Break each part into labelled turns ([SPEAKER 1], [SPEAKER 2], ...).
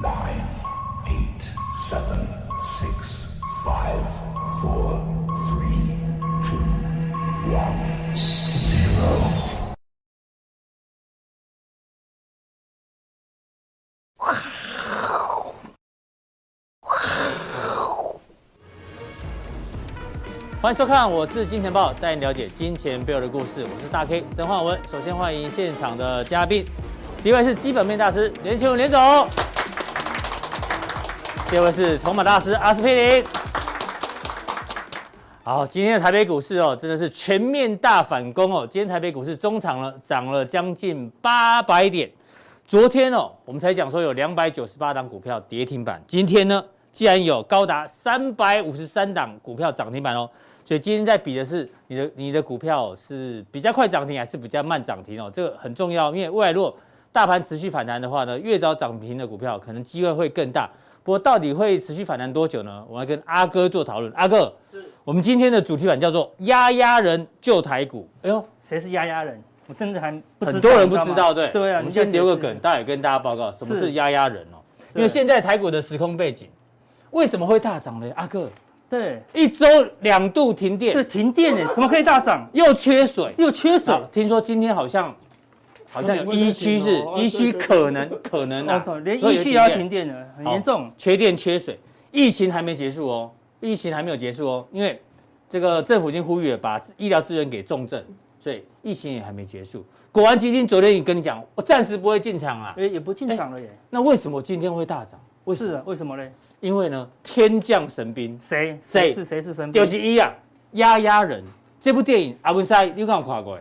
[SPEAKER 1] nine, eight, seven, six, five, four, three, two, one, zero.
[SPEAKER 2] 欢迎收看，我是金钱豹，带你了解金钱背后的故事。我是大 K 曾焕文。首先欢迎现场的嘉宾，第一位是基本面大师连庆文连总，第二位是筹码大师阿司匹林。好，今天的台北股市哦，真的是全面大反攻哦。今天台北股市中场呢涨了将近八百点，昨天哦我们才讲说有两百九十八档股票跌停板，今天呢既然有高达三百五十三档股票涨停板哦，所以今天在比的是你的你的股票哦是比较快涨停还是比较慢涨停哦，这个很重要，因为未来如果大盘持续反弹的话呢，越早涨停的股票可能机会会更大。不过到底会持续反弹多久呢？我要跟阿哥做讨论。阿哥，我们今天的主题版叫做“压压人救台股”。哎呦，
[SPEAKER 3] 谁是压压人？我真的还不知道
[SPEAKER 2] 很多人不知
[SPEAKER 3] 你
[SPEAKER 2] 道，
[SPEAKER 3] 吗
[SPEAKER 2] 对
[SPEAKER 3] 对啊，
[SPEAKER 2] 我们
[SPEAKER 3] 你先
[SPEAKER 2] 先留个
[SPEAKER 3] 解释
[SPEAKER 2] 梗，大家也跟大家报告什么是
[SPEAKER 3] 是
[SPEAKER 2] 压压人哦。因
[SPEAKER 3] 对
[SPEAKER 2] 为现在台股的时空背景为什么会大涨呢？阿哥，
[SPEAKER 3] 对
[SPEAKER 2] 一周两度停
[SPEAKER 3] 对，
[SPEAKER 2] 电，
[SPEAKER 3] 停电 哎，怎么可以大涨？
[SPEAKER 2] 又缺水，
[SPEAKER 3] 又缺水
[SPEAKER 2] 好，听说今天好像好像有
[SPEAKER 4] 他们
[SPEAKER 2] 一
[SPEAKER 4] 会
[SPEAKER 2] 区
[SPEAKER 4] 申
[SPEAKER 2] 是
[SPEAKER 4] 请哦
[SPEAKER 2] 一区
[SPEAKER 4] 对对对
[SPEAKER 2] 可能可能
[SPEAKER 3] 哦
[SPEAKER 2] 啊，
[SPEAKER 3] 对，连
[SPEAKER 2] 会有
[SPEAKER 3] 一区也要
[SPEAKER 2] 停电
[SPEAKER 3] 停电了，很
[SPEAKER 2] 好
[SPEAKER 3] 严重。
[SPEAKER 2] 缺电缺水，疫情还没结束哦，疫情还没有结束哦，因为这个政府已经呼吁了，把医疗资源给重症，所以疫情也还没结束。国安基金昨天也跟你讲，我暂时不会进场啊，
[SPEAKER 3] 哎，也不进场了耶。
[SPEAKER 2] 那为什么今天会大涨？为什
[SPEAKER 3] 是
[SPEAKER 2] 么？
[SPEAKER 3] 啊，为什么嘞？
[SPEAKER 2] 因为呢，天降神兵
[SPEAKER 3] 谁
[SPEAKER 2] 谁
[SPEAKER 3] 是谁是神兵
[SPEAKER 2] 九？十一啊，压压人。这部电影阿文塞，你有看有看过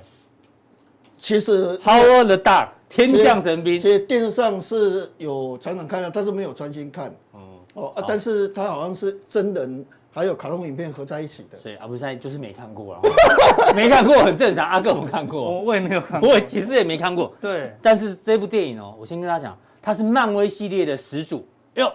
[SPEAKER 4] 其实
[SPEAKER 2] ？Howard the Duck，天降神兵
[SPEAKER 4] 其。实电视上是有常常看到，但是没有专心看。
[SPEAKER 2] 哦，
[SPEAKER 4] 哦
[SPEAKER 2] 好
[SPEAKER 4] 啊，但是它好像是真人还有卡通影片合在一起的。
[SPEAKER 2] 所以阿文塞就是没看过了， 没看过很正常。阿哥我看
[SPEAKER 3] 我
[SPEAKER 2] 过，
[SPEAKER 3] 我也没有看过。
[SPEAKER 2] 我其实也没看过。
[SPEAKER 3] 对，
[SPEAKER 2] 但是这部电影哦，我先跟大家讲，它是漫威系列的始祖。哟，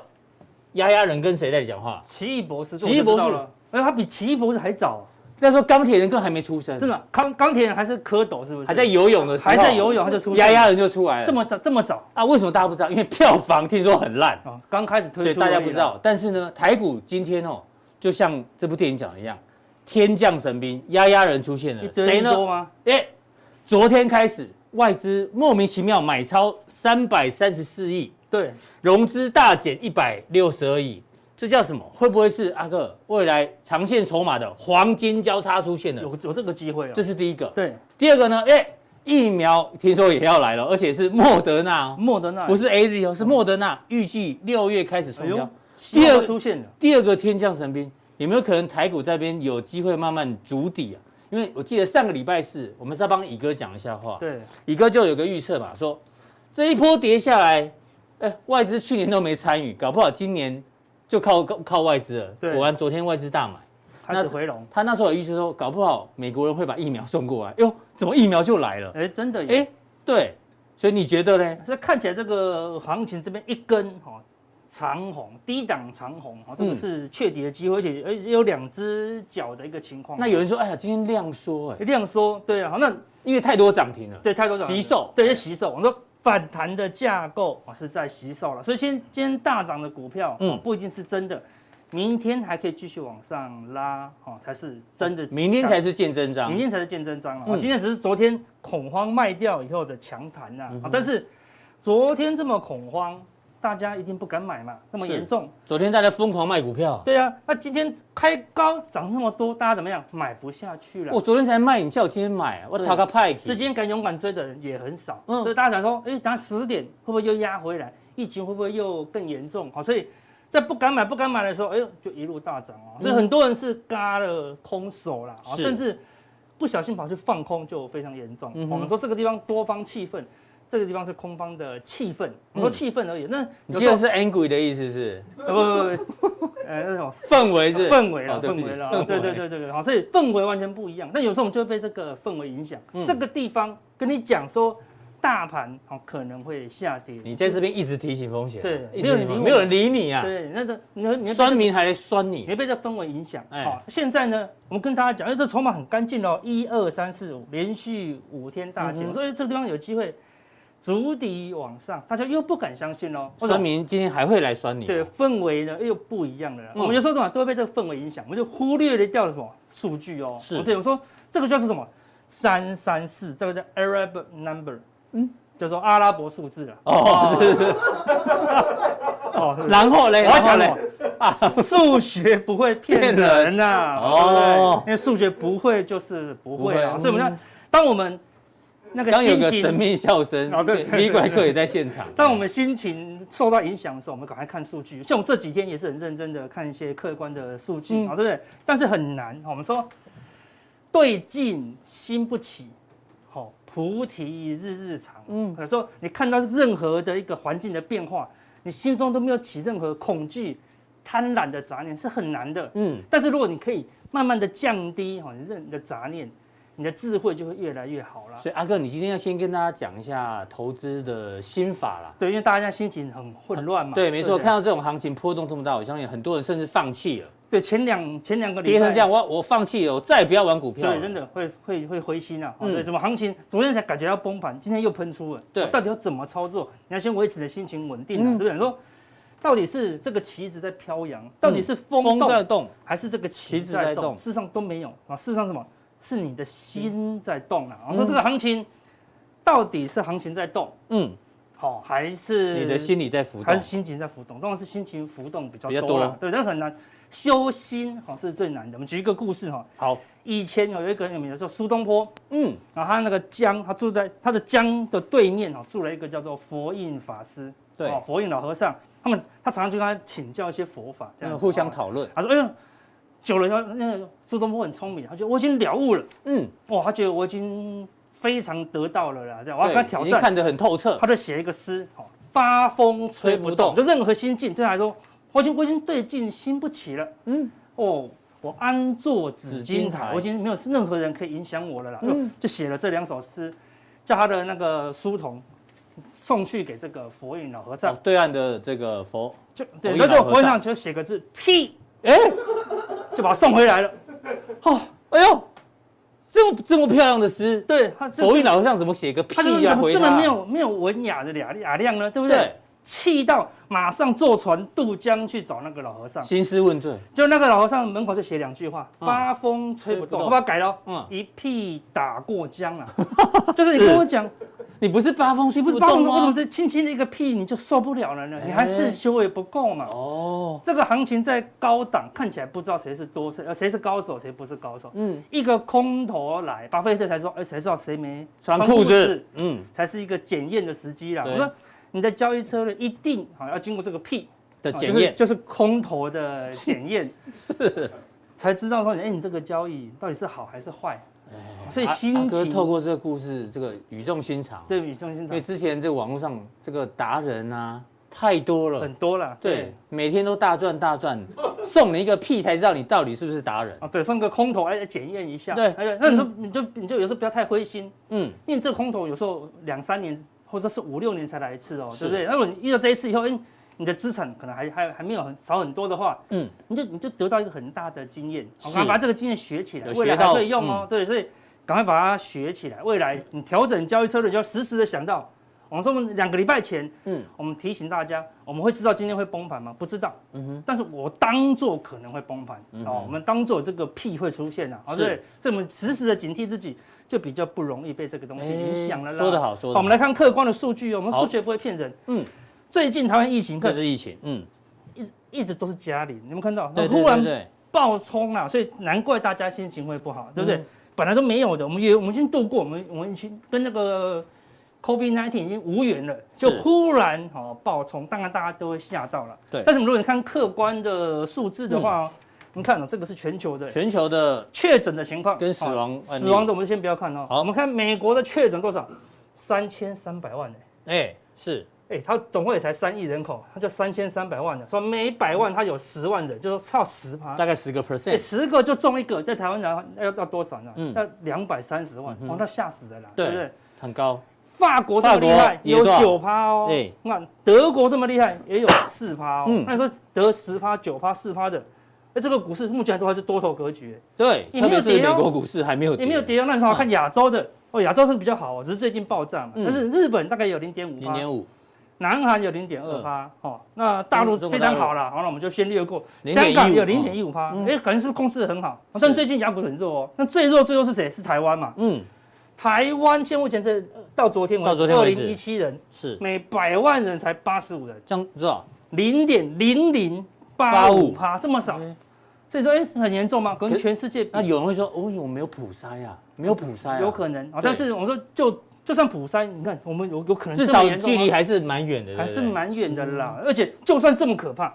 [SPEAKER 2] 丫丫人跟谁在讲话？
[SPEAKER 3] 奇异博士，
[SPEAKER 2] 奇异博士
[SPEAKER 3] 这我就知道了，哎，他比奇异博士还早，
[SPEAKER 2] 那时候钢铁人更还没出生，
[SPEAKER 3] 真的。钢钢铁人还是蝌蚪，是不是？
[SPEAKER 2] 还在游泳的时候，
[SPEAKER 3] 还在游泳他就出生
[SPEAKER 2] 丫丫人就出来了。
[SPEAKER 3] 这么早这么早
[SPEAKER 2] 啊？为什么大家不知道？因为票房听说很烂，
[SPEAKER 3] 哦，刚开始推
[SPEAKER 2] 所以
[SPEAKER 3] 出，
[SPEAKER 2] 大家不知。道。但是呢，台股今天哦，就像这部电影讲的一样，天降神兵，丫丫人出现
[SPEAKER 3] 一
[SPEAKER 2] 了，
[SPEAKER 3] 堆
[SPEAKER 2] 谁
[SPEAKER 3] 人
[SPEAKER 2] 呢？
[SPEAKER 3] 多吗？
[SPEAKER 2] 哎，昨天开始外资莫名其妙买超三百三十四亿。
[SPEAKER 3] 对，
[SPEAKER 2] 融资大减一百六十二亿，这叫什么？会不会是阿哥未来长线筹码的黄金交叉出现了？
[SPEAKER 3] 有有这个机会哦。
[SPEAKER 2] 这是第一个。
[SPEAKER 3] 对，
[SPEAKER 2] 第二个呢？哎，疫苗听说也要来了，而且是莫德纳、哦，
[SPEAKER 3] 莫德纳
[SPEAKER 2] 不是 A Z 哦，是莫德纳，预计六月开始送
[SPEAKER 3] 哎
[SPEAKER 2] 交
[SPEAKER 3] 呦。
[SPEAKER 2] 第
[SPEAKER 3] 第
[SPEAKER 2] 二
[SPEAKER 3] 二
[SPEAKER 2] 个
[SPEAKER 3] 出现了，
[SPEAKER 2] 第二个天降神兵，有没有可能台股这边有机会慢慢筑底啊？因为我记得上个礼拜四，我们是要帮乙哥讲一下话，
[SPEAKER 3] 对，
[SPEAKER 2] 乙哥就有个预测嘛，说这一波跌下来，哎，外资去年都没参与，搞不好今年就靠靠靠外资了。
[SPEAKER 3] 对
[SPEAKER 2] 果然昨天外资大买，
[SPEAKER 3] 开始回笼。
[SPEAKER 2] 他那时候有预测说，搞不好美国人会把疫苗送过来，哟，怎么疫苗就来了？
[SPEAKER 3] 哎，真的耶。
[SPEAKER 2] 哎，对，所以你觉得呢？
[SPEAKER 3] 所以看起来这个行情这边一根哈、哦、长红，低档长红哈、哦，这
[SPEAKER 2] 嗯
[SPEAKER 3] 个是确底的机会，而且而且有两只脚的一个情况。
[SPEAKER 2] 那有人说，哎呀，今天量缩，哎，
[SPEAKER 3] 量缩，对啊，好，那
[SPEAKER 2] 因为太多涨停了，
[SPEAKER 3] 对太多涨了，
[SPEAKER 2] 吸售，
[SPEAKER 3] 对，是洗手。我们说反弹的架构啊、哦、是在洗手了，所以先今天大涨的股票，
[SPEAKER 2] 嗯
[SPEAKER 3] 嗯，不一定是真的，明天还可以继续往上拉，哦，才是真的。
[SPEAKER 2] 明天才。是见真章
[SPEAKER 3] 明。天才是见真章了、
[SPEAKER 2] 嗯
[SPEAKER 3] 今天只是昨天恐慌卖掉以后的强弹
[SPEAKER 2] 嗯
[SPEAKER 3] 呐、啊但是昨天这么恐慌，大家一定不敢买嘛，那么
[SPEAKER 2] 是
[SPEAKER 3] 严重。
[SPEAKER 2] 昨天大家疯狂卖股票，
[SPEAKER 3] 对啊，那今天开高涨那么多，大家怎么样？买不下去了
[SPEAKER 2] 我。昨天才卖，你叫我今天买啊，我
[SPEAKER 3] 对
[SPEAKER 2] 讨个派
[SPEAKER 3] 资
[SPEAKER 2] 去。
[SPEAKER 3] 金敢勇敢追的人也很少，
[SPEAKER 2] 嗯
[SPEAKER 3] 所以大家想说，哎、等下十点会不会又压回来？疫情会不会又更严重？好，所以在不敢买、不敢买的时候，哎呦，就一路大涨哦。所以很多人是嘎了空手啦，哦
[SPEAKER 2] 是
[SPEAKER 3] 甚至不小心跑去放空，就非常严重。
[SPEAKER 2] 嗯哼
[SPEAKER 3] 我们说这个地方多方气氛，这个地方是空方的气氛，我们说气氛而已。那
[SPEAKER 2] 你记
[SPEAKER 3] 有时候
[SPEAKER 2] 得是 angry 的意思是
[SPEAKER 3] 呃不不不不，呃那种
[SPEAKER 2] 不是氛围是
[SPEAKER 3] 氛围了，
[SPEAKER 2] 哦对不
[SPEAKER 3] 氛
[SPEAKER 2] 起
[SPEAKER 3] 围了，
[SPEAKER 2] 氛
[SPEAKER 3] 对对对对对，好，所以氛围完全不一样。但有时候我们就会被这个氛围影响
[SPEAKER 2] 嗯，
[SPEAKER 3] 这个地方跟你讲说大盘哦可能会下跌，
[SPEAKER 2] 你在这边一直提醒风险，
[SPEAKER 3] 对
[SPEAKER 2] 一直提醒风
[SPEAKER 3] 没有人理
[SPEAKER 2] 险没有人理
[SPEAKER 3] 我
[SPEAKER 2] 你啊，
[SPEAKER 3] 对，那个你会你会被
[SPEAKER 2] 酸
[SPEAKER 3] 这个
[SPEAKER 2] 民还来酸
[SPEAKER 3] 你
[SPEAKER 2] 你，
[SPEAKER 3] 会被这氛围影响。
[SPEAKER 2] 哎
[SPEAKER 3] 好，现在呢，我们跟大家讲，哎，这筹码很干净哦，一二三四五连续五天大
[SPEAKER 2] 嗯
[SPEAKER 3] 减，
[SPEAKER 2] 哼
[SPEAKER 3] 所以这个地方有机会足底往上，大家又不敢相信哦喽。为什
[SPEAKER 2] 酸
[SPEAKER 3] 么
[SPEAKER 2] 民今天还会来酸你，
[SPEAKER 3] 对，氛围呢又不一样了啦。
[SPEAKER 2] 哦嗯
[SPEAKER 3] 我们有时候怎么都会被这个氛围影响，我们就忽略了掉了什么数据哦。
[SPEAKER 2] 是
[SPEAKER 3] 我对我说这个就是什么三三四，这个叫 Arab number，嗯，叫做阿拉伯数字了。
[SPEAKER 2] 哦，是，
[SPEAKER 3] 哦，是不是
[SPEAKER 2] 然后嘞，
[SPEAKER 3] 我要
[SPEAKER 2] 然
[SPEAKER 3] 讲了
[SPEAKER 2] 后嘞，
[SPEAKER 3] 啊，数学不会骗人呐、
[SPEAKER 2] 哦
[SPEAKER 3] 哦，因为数学不会就是不会啊，
[SPEAKER 2] 不会
[SPEAKER 3] 所以我们要，当我们那个
[SPEAKER 2] 刚有
[SPEAKER 3] 心
[SPEAKER 2] 个神
[SPEAKER 3] 情，
[SPEAKER 2] 秘笑声
[SPEAKER 3] 哦对对对
[SPEAKER 2] ，V 怪客也在现场。
[SPEAKER 3] 当我们心情受到影响的时候，我们赶快看数据。像我这几天也是很认真的看一些客观的数据，
[SPEAKER 2] 嗯
[SPEAKER 3] 好、对不对？但是很难，哦好我们说对镜心不起，好、菩提日日长。嗯，有时候你看到任何的一个环境的变化，你心中都没有起任何恐惧、贪婪的杂念，是很难的。
[SPEAKER 2] 嗯，
[SPEAKER 3] 但是如果你可以慢慢的降低哈、你认你的杂念，你的智慧就会越来越好啦。
[SPEAKER 2] 所以阿哥，你今天要先跟大家讲一下投资的心法啦。
[SPEAKER 3] 对，因为大家心情很混乱嘛。
[SPEAKER 2] 啊对，没错，
[SPEAKER 3] 不
[SPEAKER 2] 看到这种行情波动这么大，我相信很多人甚至放弃了，
[SPEAKER 3] 对，前两前两个礼
[SPEAKER 2] 跌
[SPEAKER 3] 拜
[SPEAKER 2] 成这样，，我我放弃了，我再也不要玩股票了。
[SPEAKER 3] 对，真的会会会灰心啊。哦
[SPEAKER 2] 嗯
[SPEAKER 3] 对，怎么行情昨天才感觉到崩盘，今天又喷出了。
[SPEAKER 2] 对
[SPEAKER 3] 我到底要怎么操作？你要先维持你的心情稳定啊，
[SPEAKER 2] 嗯
[SPEAKER 3] 对不对？你说到底是这个旗子在飘扬，到底是风
[SPEAKER 2] 嗯风
[SPEAKER 3] 动，
[SPEAKER 2] 在动，
[SPEAKER 3] 还是这个旗
[SPEAKER 2] 旗子
[SPEAKER 3] 子
[SPEAKER 2] 在
[SPEAKER 3] 在
[SPEAKER 2] 动
[SPEAKER 3] 动？事实上都没有啊，事实上什么？是你的
[SPEAKER 2] 嗯
[SPEAKER 3] 心在动啊。我说这个行情到底是行情在动，
[SPEAKER 2] 嗯，
[SPEAKER 3] 好，还是
[SPEAKER 2] 你的心里在浮
[SPEAKER 3] 还
[SPEAKER 2] 动
[SPEAKER 3] 是。心情在浮动，当然是心情浮动比较
[SPEAKER 2] 比较
[SPEAKER 3] 多
[SPEAKER 2] 多
[SPEAKER 3] 了。对，但很难修心，好是最难的。我们举一个故事哈，
[SPEAKER 2] 好，
[SPEAKER 3] 以前有一个人有名的叫苏东坡，
[SPEAKER 2] 嗯，
[SPEAKER 3] 然后他那个江，他住在他的江的对面哦，住了一个叫做佛印法师，
[SPEAKER 2] 对
[SPEAKER 3] 哦，佛印老和尚，他们他常常去跟他请教一些佛法，这样子
[SPEAKER 2] 互相。
[SPEAKER 3] 哦
[SPEAKER 2] 讨论。
[SPEAKER 3] 他说：“哎呦，久了，他那个苏东坡很聪明，他觉得我已经了悟了，
[SPEAKER 2] 嗯，
[SPEAKER 3] 哇，他觉得我已经非常得到了啦，这样我要
[SPEAKER 2] 对，
[SPEAKER 3] 啊跟他挑
[SPEAKER 2] 已经
[SPEAKER 3] 战。”
[SPEAKER 2] 看得很透彻
[SPEAKER 3] 他。就写一个诗，哦，八风吹不
[SPEAKER 2] 吹
[SPEAKER 3] 动，
[SPEAKER 2] 不动
[SPEAKER 3] 就任何心境对他来说，我已经我已经对镜心不起了，
[SPEAKER 2] 嗯
[SPEAKER 3] 嗯，哦，我安坐紫
[SPEAKER 2] 紫金
[SPEAKER 3] 金
[SPEAKER 2] 台嗯
[SPEAKER 3] 台，我已经没有任何人可以影响我了啦，哦就写了这两首诗，叫他的那个书童送去给这个佛印老和尚
[SPEAKER 2] 哦，对岸的这个佛，
[SPEAKER 3] 就
[SPEAKER 2] 佛
[SPEAKER 3] 对，
[SPEAKER 2] 印
[SPEAKER 3] 然后
[SPEAKER 2] 老
[SPEAKER 3] 就
[SPEAKER 2] 和
[SPEAKER 3] 佛印
[SPEAKER 2] 尚
[SPEAKER 3] 上就写个字屁，
[SPEAKER 2] 哎，
[SPEAKER 3] 就把他送回来了，哦，
[SPEAKER 2] 哎呦，这么这么漂亮的诗，
[SPEAKER 3] 对，他就
[SPEAKER 2] 佛印老和尚怎么写个
[SPEAKER 3] 他就是
[SPEAKER 2] 屁呀？
[SPEAKER 3] 怎么
[SPEAKER 2] 回
[SPEAKER 3] 这么
[SPEAKER 2] 他
[SPEAKER 3] 没有没有文雅的雅雅量呢，对不对
[SPEAKER 2] 对？
[SPEAKER 3] 气到马上坐船渡江去找那个老和尚。
[SPEAKER 2] 兴师问罪。
[SPEAKER 3] 就那个老和尚门口就写两句话：
[SPEAKER 2] 嗯
[SPEAKER 3] 八风吹
[SPEAKER 2] 吹
[SPEAKER 3] 不
[SPEAKER 2] 不
[SPEAKER 3] 动，
[SPEAKER 2] 动
[SPEAKER 3] 我把它改了
[SPEAKER 2] 嗯
[SPEAKER 3] 哦，一屁打过江 啊！就是你跟我讲，
[SPEAKER 2] 你不是八风吹
[SPEAKER 3] 你不
[SPEAKER 2] 不
[SPEAKER 3] 是八
[SPEAKER 2] 动
[SPEAKER 3] 风，我怎么
[SPEAKER 2] 吗？
[SPEAKER 3] 是轻轻的一个屁你就受不了了呢？你还
[SPEAKER 2] 哎
[SPEAKER 3] 是修为不够嘛？
[SPEAKER 2] 哦，
[SPEAKER 3] 这个行情在高档看起来不知道谁是多谁呃谁是高手谁不是高手，
[SPEAKER 2] 嗯，
[SPEAKER 3] 一个空头来，巴菲特才说，哎，谁知道谁没
[SPEAKER 2] 穿裤子，嗯，
[SPEAKER 3] 才是一个检验的时机啦。
[SPEAKER 2] 对
[SPEAKER 3] 我说你的交易策略一定好要经过这个屁
[SPEAKER 2] 的
[SPEAKER 3] 啊
[SPEAKER 2] 检
[SPEAKER 3] 就是
[SPEAKER 2] 验。
[SPEAKER 3] 就是空头的 检验，是才知道说，哎、你这个交易到底是好还是坏？所以
[SPEAKER 2] 哎阿
[SPEAKER 3] 心
[SPEAKER 2] 阿啊哥
[SPEAKER 3] 情
[SPEAKER 2] 透过这个故事，这个语重心长。
[SPEAKER 3] 对比中心
[SPEAKER 2] 因为
[SPEAKER 3] 长
[SPEAKER 2] 之前这个网络上这个达人啊太多了
[SPEAKER 3] 很，多啦。
[SPEAKER 2] 对，每天都大赚大赚， 送你一个屁才知道你到底是不是达人。
[SPEAKER 3] 啊，对，送个空头来检验一下。
[SPEAKER 2] 对
[SPEAKER 3] 哎，那你就你就你就有时候不要太灰心，
[SPEAKER 2] 嗯，
[SPEAKER 3] 因为这个空头有时候两三年或者是五六年才来一次哦，
[SPEAKER 2] 是
[SPEAKER 3] 对不对？那如果你遇到这一次以后，哎，你的资产可能还还还没有很少很多的话，
[SPEAKER 2] 嗯
[SPEAKER 3] 嗯，你就你就得到一个很大的经验，好
[SPEAKER 2] 是
[SPEAKER 3] 赶快把这个经验学起来，
[SPEAKER 2] 有
[SPEAKER 3] 未来
[SPEAKER 2] 学到
[SPEAKER 3] 还可以用哦。对，所以赶快把它学起来，未来你调整交易策略就要时时的想到。我们说我们两个礼拜前，
[SPEAKER 2] 嗯
[SPEAKER 3] 嗯，我们提醒大家，我们会知道今天会崩盘吗？不知道，嗯哼。但是我当做可能会崩盘，哦，我们当做这个屁会出现啊，哦，
[SPEAKER 2] 是
[SPEAKER 3] 对，所以我们时时的警惕自己，就比较不容易被这个东西影响了
[SPEAKER 2] 哎
[SPEAKER 3] 啦。
[SPEAKER 2] 说得好说得好
[SPEAKER 3] 我们来看客观的数据哦，我们
[SPEAKER 2] 好
[SPEAKER 3] 数学不会骗人。
[SPEAKER 2] 嗯
[SPEAKER 3] 嗯，最近台湾疫情
[SPEAKER 2] 这
[SPEAKER 3] 可
[SPEAKER 2] 是疫情，嗯，
[SPEAKER 3] 一直一直都是加零，你们看到
[SPEAKER 2] 对对
[SPEAKER 3] 忽
[SPEAKER 2] 对
[SPEAKER 3] 然
[SPEAKER 2] 对，
[SPEAKER 3] 爆冲啊，所以难怪大家心情会不好，对不对？
[SPEAKER 2] 嗯
[SPEAKER 3] 本来都没有的，我们也我们已经度过，我们我们已经跟那个 COVID 1 9已经无缘了，就忽然哦爆冲，当然大家都会吓到了。
[SPEAKER 2] 对嗯
[SPEAKER 3] 但是如果你看客观的数字的话哦，你看哦，这个是全球的
[SPEAKER 2] 全球的
[SPEAKER 3] 确诊的情况
[SPEAKER 2] 跟死亡
[SPEAKER 3] 哦
[SPEAKER 2] 案例
[SPEAKER 3] 死亡的我们先不要看哦。
[SPEAKER 2] 好
[SPEAKER 3] 我们看美国的确诊多少？三千三百万呢、
[SPEAKER 2] 哎是
[SPEAKER 3] 哎、它总共也才三亿人口，它就三千三百万呢，说每百万它有十万人，就是差十趴。
[SPEAKER 2] 大概十个
[SPEAKER 3] 哎
[SPEAKER 2] percent，
[SPEAKER 3] 十个就中一个，在台湾人要要多少呢？
[SPEAKER 2] 嗯
[SPEAKER 3] 要两百三十万，哦，那吓死人了，对不对？
[SPEAKER 2] 很高，
[SPEAKER 3] 法国这么厉
[SPEAKER 2] 法国啊
[SPEAKER 3] 害，
[SPEAKER 2] 也
[SPEAKER 3] 有
[SPEAKER 2] 多少
[SPEAKER 3] 九趴哦。
[SPEAKER 2] 哎
[SPEAKER 3] 你看德国这么厉害，也有四趴哦。
[SPEAKER 2] 嗯
[SPEAKER 3] 那你说得十趴、九趴、四趴的，那这个股市目前都还是多头格局，
[SPEAKER 2] 对，
[SPEAKER 3] 也
[SPEAKER 2] 特
[SPEAKER 3] 没
[SPEAKER 2] 别
[SPEAKER 3] 有
[SPEAKER 2] 是
[SPEAKER 3] 跌
[SPEAKER 2] 美
[SPEAKER 3] 哦
[SPEAKER 2] 国股市还没有
[SPEAKER 3] 也没有跌啊。那你说看亚洲的，哦，亚洲是比较好哦，只是最近爆炸嘛。
[SPEAKER 2] 嗯
[SPEAKER 3] 但是日本大概有零点五
[SPEAKER 2] 零
[SPEAKER 3] 趴，
[SPEAKER 2] 点五，嗯
[SPEAKER 3] 南韩有零点二趴，哦，那大陆
[SPEAKER 2] 中国
[SPEAKER 3] 非
[SPEAKER 2] 大
[SPEAKER 3] 常
[SPEAKER 2] 陆
[SPEAKER 3] 好了，哦好，那我们就先略过。
[SPEAKER 2] 0.15
[SPEAKER 3] 香港有零
[SPEAKER 2] 哦
[SPEAKER 3] 点一五趴，
[SPEAKER 2] 嗯
[SPEAKER 3] 哎，可能是不是公司得很好，哦但
[SPEAKER 2] 是
[SPEAKER 3] 最近雅股很弱哦。那最弱最弱是谁？是台湾嘛？
[SPEAKER 2] 嗯，
[SPEAKER 3] 台湾现目前是呃到昨天为止，
[SPEAKER 2] 到昨天
[SPEAKER 3] 二
[SPEAKER 2] 为
[SPEAKER 3] 零
[SPEAKER 2] 止
[SPEAKER 3] 一七人，
[SPEAKER 2] 是
[SPEAKER 3] 每百万人才八十五人，
[SPEAKER 2] 这样哦知道？
[SPEAKER 3] 零点零零八五趴，这么少，
[SPEAKER 2] 嗯
[SPEAKER 3] 所以说哎很严重吗？跟
[SPEAKER 2] 可
[SPEAKER 3] 全世界比
[SPEAKER 2] 那有人会说，哦，有没有普筛啊？没有普筛啊，
[SPEAKER 3] 有可能啊
[SPEAKER 2] 对，
[SPEAKER 3] 但是我说就就算普筛，你看我们有有可能
[SPEAKER 2] 至
[SPEAKER 3] 这么
[SPEAKER 2] 少
[SPEAKER 3] 严重
[SPEAKER 2] 距离
[SPEAKER 3] 吗
[SPEAKER 2] 还是蛮远的，对
[SPEAKER 3] 还
[SPEAKER 2] 不
[SPEAKER 3] 是
[SPEAKER 2] 对嗯
[SPEAKER 3] 蛮远的啦，而且就算这么可怕，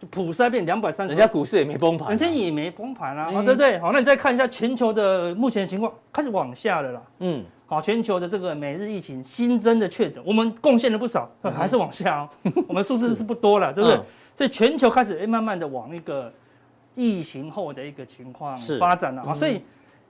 [SPEAKER 3] 就普筛变两百三十，
[SPEAKER 2] 人家股市也没崩盘啊，
[SPEAKER 3] 人家也没崩盘啊，
[SPEAKER 2] 哎
[SPEAKER 3] 哦对不对？好，那你再看一下全球的目前的情况，开始往下了啦。
[SPEAKER 2] 嗯，
[SPEAKER 3] 好，全球的这个每日疫情新增的确诊，我们贡献了不少，呃还是 往下哦。我们数字是不多了，对不对
[SPEAKER 2] 嗯？
[SPEAKER 3] 所以全球开始哎，慢慢的往一个疫情后的一个情况
[SPEAKER 2] 是
[SPEAKER 3] 发展了啊，
[SPEAKER 2] 嗯
[SPEAKER 3] 所以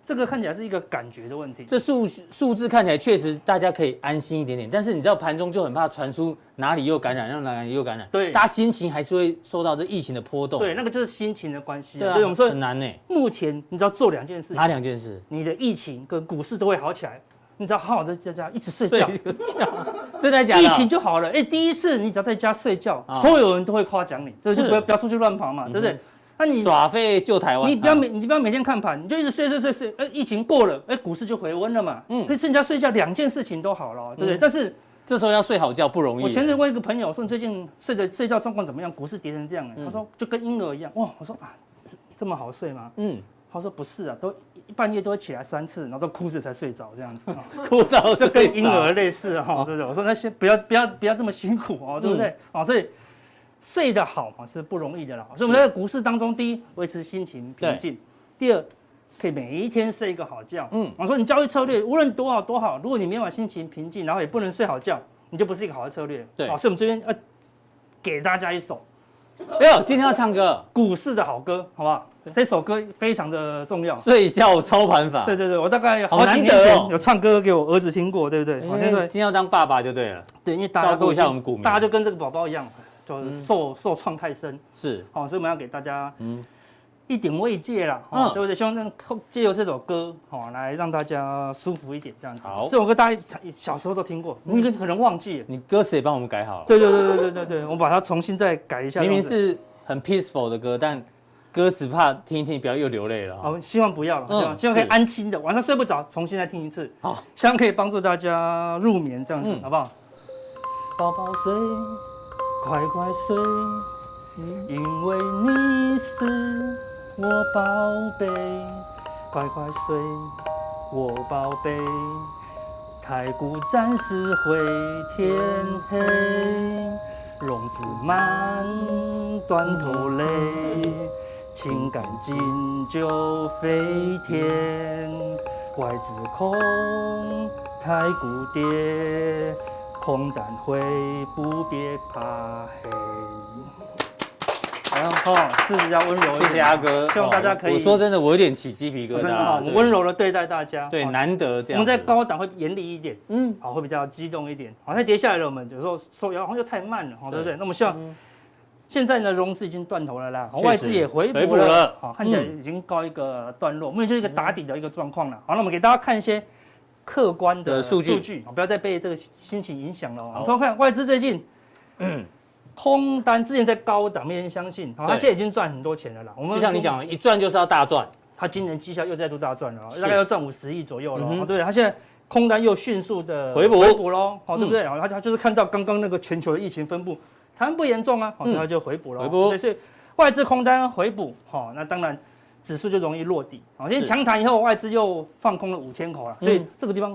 [SPEAKER 3] 这个看起来是一个感觉的问题。
[SPEAKER 2] 这数数字看起来确实大家可以安心一点点，但是你知道盘中就很怕传出哪里又感染，让哪里又感染，
[SPEAKER 3] 对
[SPEAKER 2] 大家心情还是会受到这疫情的波动，
[SPEAKER 3] 对，那个就是心情的关系
[SPEAKER 2] 哦对
[SPEAKER 3] 啊。
[SPEAKER 2] 啊，
[SPEAKER 3] 对，我们说
[SPEAKER 2] 很难呢，
[SPEAKER 3] 目前你只要做两件事情，
[SPEAKER 2] 哪两件事？
[SPEAKER 3] 你的疫情跟股市都会好起来。你只要好好的在家一直睡觉，
[SPEAKER 2] 睡个觉， 真的假的？
[SPEAKER 3] 疫情就好了。哎、第一次你只要在家睡觉，
[SPEAKER 2] 啊
[SPEAKER 3] 所有人都会夸奖你，就是
[SPEAKER 2] 是嗯
[SPEAKER 3] 不要不要出去乱跑嘛，对不对？那你
[SPEAKER 2] 耍废救台湾，
[SPEAKER 3] 你不要
[SPEAKER 2] 啊
[SPEAKER 3] 每你不要每天看盘，你就一直睡睡睡睡，哎、疫情过了，哎、股市就回温了嘛。嗯，可以在家睡觉两件事情都好了，对不对？
[SPEAKER 2] 嗯
[SPEAKER 3] 但是
[SPEAKER 2] 这时候要睡好觉不容易。
[SPEAKER 3] 我前阵问一个朋友说，你最近睡的睡觉状况怎么样？股市跌成这样、哎、
[SPEAKER 2] 嗯
[SPEAKER 3] 他说就跟婴儿一样。哇，我说啊，这么好睡吗？
[SPEAKER 2] 嗯，
[SPEAKER 3] 他说不是啊，都半夜都会起来三次，然后都哭着才睡着这 样子。啊
[SPEAKER 2] 哭到
[SPEAKER 3] 这
[SPEAKER 2] 睡
[SPEAKER 3] 跟婴
[SPEAKER 2] 着
[SPEAKER 3] 儿类似哈、对不对？我说那些不要不要不要这么辛苦
[SPEAKER 2] 嗯
[SPEAKER 3] 哦，对不对？哦，所以睡得好嘛是不容易的啦。所以我们在股市当中，第一维持心情平静，第二可以每一天睡一个好觉。
[SPEAKER 2] 嗯
[SPEAKER 3] 嗯，我说你交易策略无论多好多好，如果你每晚心情平静，然后也不能睡好觉，你就不是一个好的策略。
[SPEAKER 2] 对
[SPEAKER 3] 哦，所以我们这边要给大家一首
[SPEAKER 2] 哎呦，今天要唱歌，
[SPEAKER 3] 股市的好歌，好不好？这首歌非常的重要。
[SPEAKER 2] 睡觉操盘法。
[SPEAKER 3] 对对对，我大概
[SPEAKER 2] 啊好
[SPEAKER 3] 好几
[SPEAKER 2] 难
[SPEAKER 3] 年
[SPEAKER 2] 得
[SPEAKER 3] 前
[SPEAKER 2] 哦
[SPEAKER 3] 有唱歌给我儿子听过，对不对？好
[SPEAKER 2] 哎
[SPEAKER 3] 像对。
[SPEAKER 2] 今天要当爸爸就对了，
[SPEAKER 3] 对，因为大家都
[SPEAKER 2] 照顾
[SPEAKER 3] 已经
[SPEAKER 2] 一下我们股民嗯
[SPEAKER 3] 大家就跟这个宝宝一样，就是受、受创太深，
[SPEAKER 2] 是
[SPEAKER 3] 好、所以我们要给大家
[SPEAKER 2] 嗯
[SPEAKER 3] 一点慰藉啦，哦
[SPEAKER 2] 嗯
[SPEAKER 3] 对不对？希望能透借由这首歌，好、来让大家舒服一点，这样子。
[SPEAKER 2] 好
[SPEAKER 3] 这首歌大家小时候都听过，你可能忘记了。
[SPEAKER 2] 你歌词也帮我们改好了，
[SPEAKER 3] 对对对对对对对，我们把它重新再改一下。
[SPEAKER 2] 明明
[SPEAKER 3] 这样子
[SPEAKER 2] 是很 peaceful 的歌，但歌词怕听一听，不要又流泪了哈。
[SPEAKER 3] 好，哦希望不要了，
[SPEAKER 2] 嗯
[SPEAKER 3] 希望、希望可以
[SPEAKER 2] 是
[SPEAKER 3] 安心的，晚上睡不着，重新再听一次。
[SPEAKER 2] 好，
[SPEAKER 3] 希望可以帮助大家入眠，这样子、
[SPEAKER 2] 嗯
[SPEAKER 3] 好不好？宝宝睡，快快睡，因为你是我宝贝，快快睡，我宝贝。太古战士会天黑，笼子满断头泪，情感尽就飞天，外子空太古蝶，空胆灰不别怕黑。然后是比较温柔一点，
[SPEAKER 2] 谢谢阿哥，哦
[SPEAKER 3] 希望大家可以
[SPEAKER 2] 我说真的，我有点起鸡皮疙
[SPEAKER 3] 真
[SPEAKER 2] 瘩
[SPEAKER 3] 的哈，
[SPEAKER 2] 啊
[SPEAKER 3] 我，们
[SPEAKER 2] 对
[SPEAKER 3] 温。柔的对待大家。
[SPEAKER 2] 对，
[SPEAKER 3] 好
[SPEAKER 2] 难得这样。
[SPEAKER 3] 我们在，高档会严厉一点，
[SPEAKER 2] 嗯，
[SPEAKER 3] 好，会比较激动一点。好，那跌下来了，我们有时候手摇好像又太慢了，好，对不
[SPEAKER 2] 对嗯
[SPEAKER 3] 对？那么像现在呢，融资已经断头了啦，好
[SPEAKER 2] 确实
[SPEAKER 3] 外资也回
[SPEAKER 2] 回补
[SPEAKER 3] 补
[SPEAKER 2] 了
[SPEAKER 3] 了，好，看起来
[SPEAKER 2] 嗯
[SPEAKER 3] 已经告一个段落，我们就是一个打底的一个状况了。好，那我们给大家看一些客观
[SPEAKER 2] 的
[SPEAKER 3] 的
[SPEAKER 2] 数
[SPEAKER 3] 数
[SPEAKER 2] 据
[SPEAKER 3] 据，好不要再被这个心情影响了哦。
[SPEAKER 2] 好
[SPEAKER 3] 你说看外资 最近，空单之前在高档，没人相信，好，它
[SPEAKER 2] 对
[SPEAKER 3] 现在已经赚很多钱了啦。我们
[SPEAKER 2] 就像你讲的，一赚就是要大赚，
[SPEAKER 3] 它今年绩效又再度大赚了哦，
[SPEAKER 2] 是
[SPEAKER 3] 大概要赚五十亿左右了哦
[SPEAKER 2] 嗯，哼
[SPEAKER 3] 对，它现在空单又迅速的
[SPEAKER 2] 回补嗯
[SPEAKER 3] 回补喽，好，对不对？然后它它就是看到刚刚那个全球的疫情分布，台湾不严重啊，
[SPEAKER 2] 嗯
[SPEAKER 3] 好，所以它就回补了哦，
[SPEAKER 2] 回补
[SPEAKER 3] 对，所以外资空单回补，好，那当然指数就容易落底，好，因为
[SPEAKER 2] 是
[SPEAKER 3] 强弹以后外资又放空了五千口了，所以
[SPEAKER 2] 嗯哦
[SPEAKER 3] 这个地方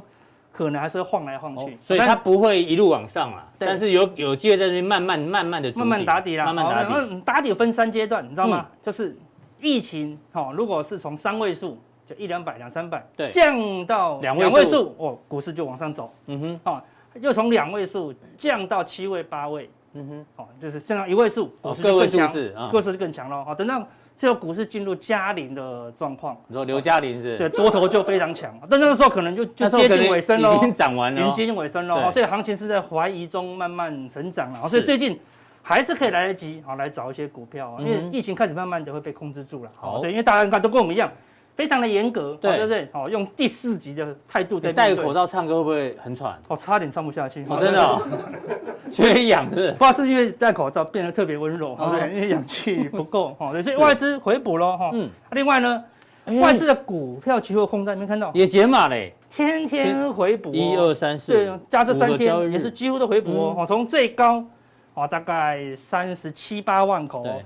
[SPEAKER 3] 可能还是会晃来晃去，
[SPEAKER 2] 所以它
[SPEAKER 3] 但
[SPEAKER 2] 不会一路往上啦，
[SPEAKER 3] 对
[SPEAKER 2] 但是有有机会在那边慢慢慢慢的
[SPEAKER 3] 慢慢打底啦，
[SPEAKER 2] 慢慢
[SPEAKER 3] 好
[SPEAKER 2] 打
[SPEAKER 3] 那
[SPEAKER 2] 底，嗯
[SPEAKER 3] 嗯打底分三阶段，你知道吗？就是疫情，好、如果是从三位数，就一两百、两三百，
[SPEAKER 2] 对
[SPEAKER 3] 降到
[SPEAKER 2] 两位数
[SPEAKER 3] 数，哦，股市就往上走，
[SPEAKER 2] 嗯哼，
[SPEAKER 3] 哦，又从两位数降到七位、八位，
[SPEAKER 2] 嗯哼，
[SPEAKER 3] 哦，就是降到一位数，股
[SPEAKER 2] 哦
[SPEAKER 3] 市
[SPEAKER 2] 个
[SPEAKER 3] 就
[SPEAKER 2] 位
[SPEAKER 3] 更
[SPEAKER 2] 数
[SPEAKER 3] 强，
[SPEAKER 2] 字啊
[SPEAKER 3] 个，位数就更强了，哦，等到最后股市进入加零的状况，
[SPEAKER 2] 你说刘嘉玲是？
[SPEAKER 3] 对，多头就非常强，但那个时候可能就就
[SPEAKER 2] 那时候
[SPEAKER 3] 接
[SPEAKER 2] 可能
[SPEAKER 3] 近尾声喽
[SPEAKER 2] 已，经涨完
[SPEAKER 3] 已
[SPEAKER 2] 了
[SPEAKER 3] 经
[SPEAKER 2] 哦，
[SPEAKER 3] 接近尾声了
[SPEAKER 2] 对
[SPEAKER 3] 哦，所以行情是在怀疑中慢慢成长了，
[SPEAKER 2] 是
[SPEAKER 3] 所以最近还是可以来得及好来找一些股票啊，因为
[SPEAKER 2] 嗯哼
[SPEAKER 3] 疫情开始慢慢的会被控制住了，哦
[SPEAKER 2] 好
[SPEAKER 3] 对，因为大家你看都跟我们一样，非常的严格，哦
[SPEAKER 2] 对
[SPEAKER 3] 对不对？哦，用第四级的态度在
[SPEAKER 2] 你戴
[SPEAKER 3] 面
[SPEAKER 2] 个
[SPEAKER 3] 对
[SPEAKER 2] 口，罩唱歌会不会很喘？
[SPEAKER 3] 哦，差点唱不下去，
[SPEAKER 2] 哦，真的哦， 缺氧是不是
[SPEAKER 3] 不知道是不是因为戴口罩变得特别温柔，
[SPEAKER 2] 哦
[SPEAKER 3] 哦、对，因为氧气不够，哦，对所以外资回补喽，哈、
[SPEAKER 2] 嗯
[SPEAKER 3] 嗯，另外呢，
[SPEAKER 2] 哎
[SPEAKER 3] 外资的股票期货空单，你没看到，
[SPEAKER 2] 也解码嘞，
[SPEAKER 3] 天天回补、哦，
[SPEAKER 2] 一二三四，
[SPEAKER 3] 对，啊加这三
[SPEAKER 2] 五个交易日嗯
[SPEAKER 3] 天也是几乎都回补哦，哦从、最高哦大概三十七八万口、哦
[SPEAKER 2] 对，，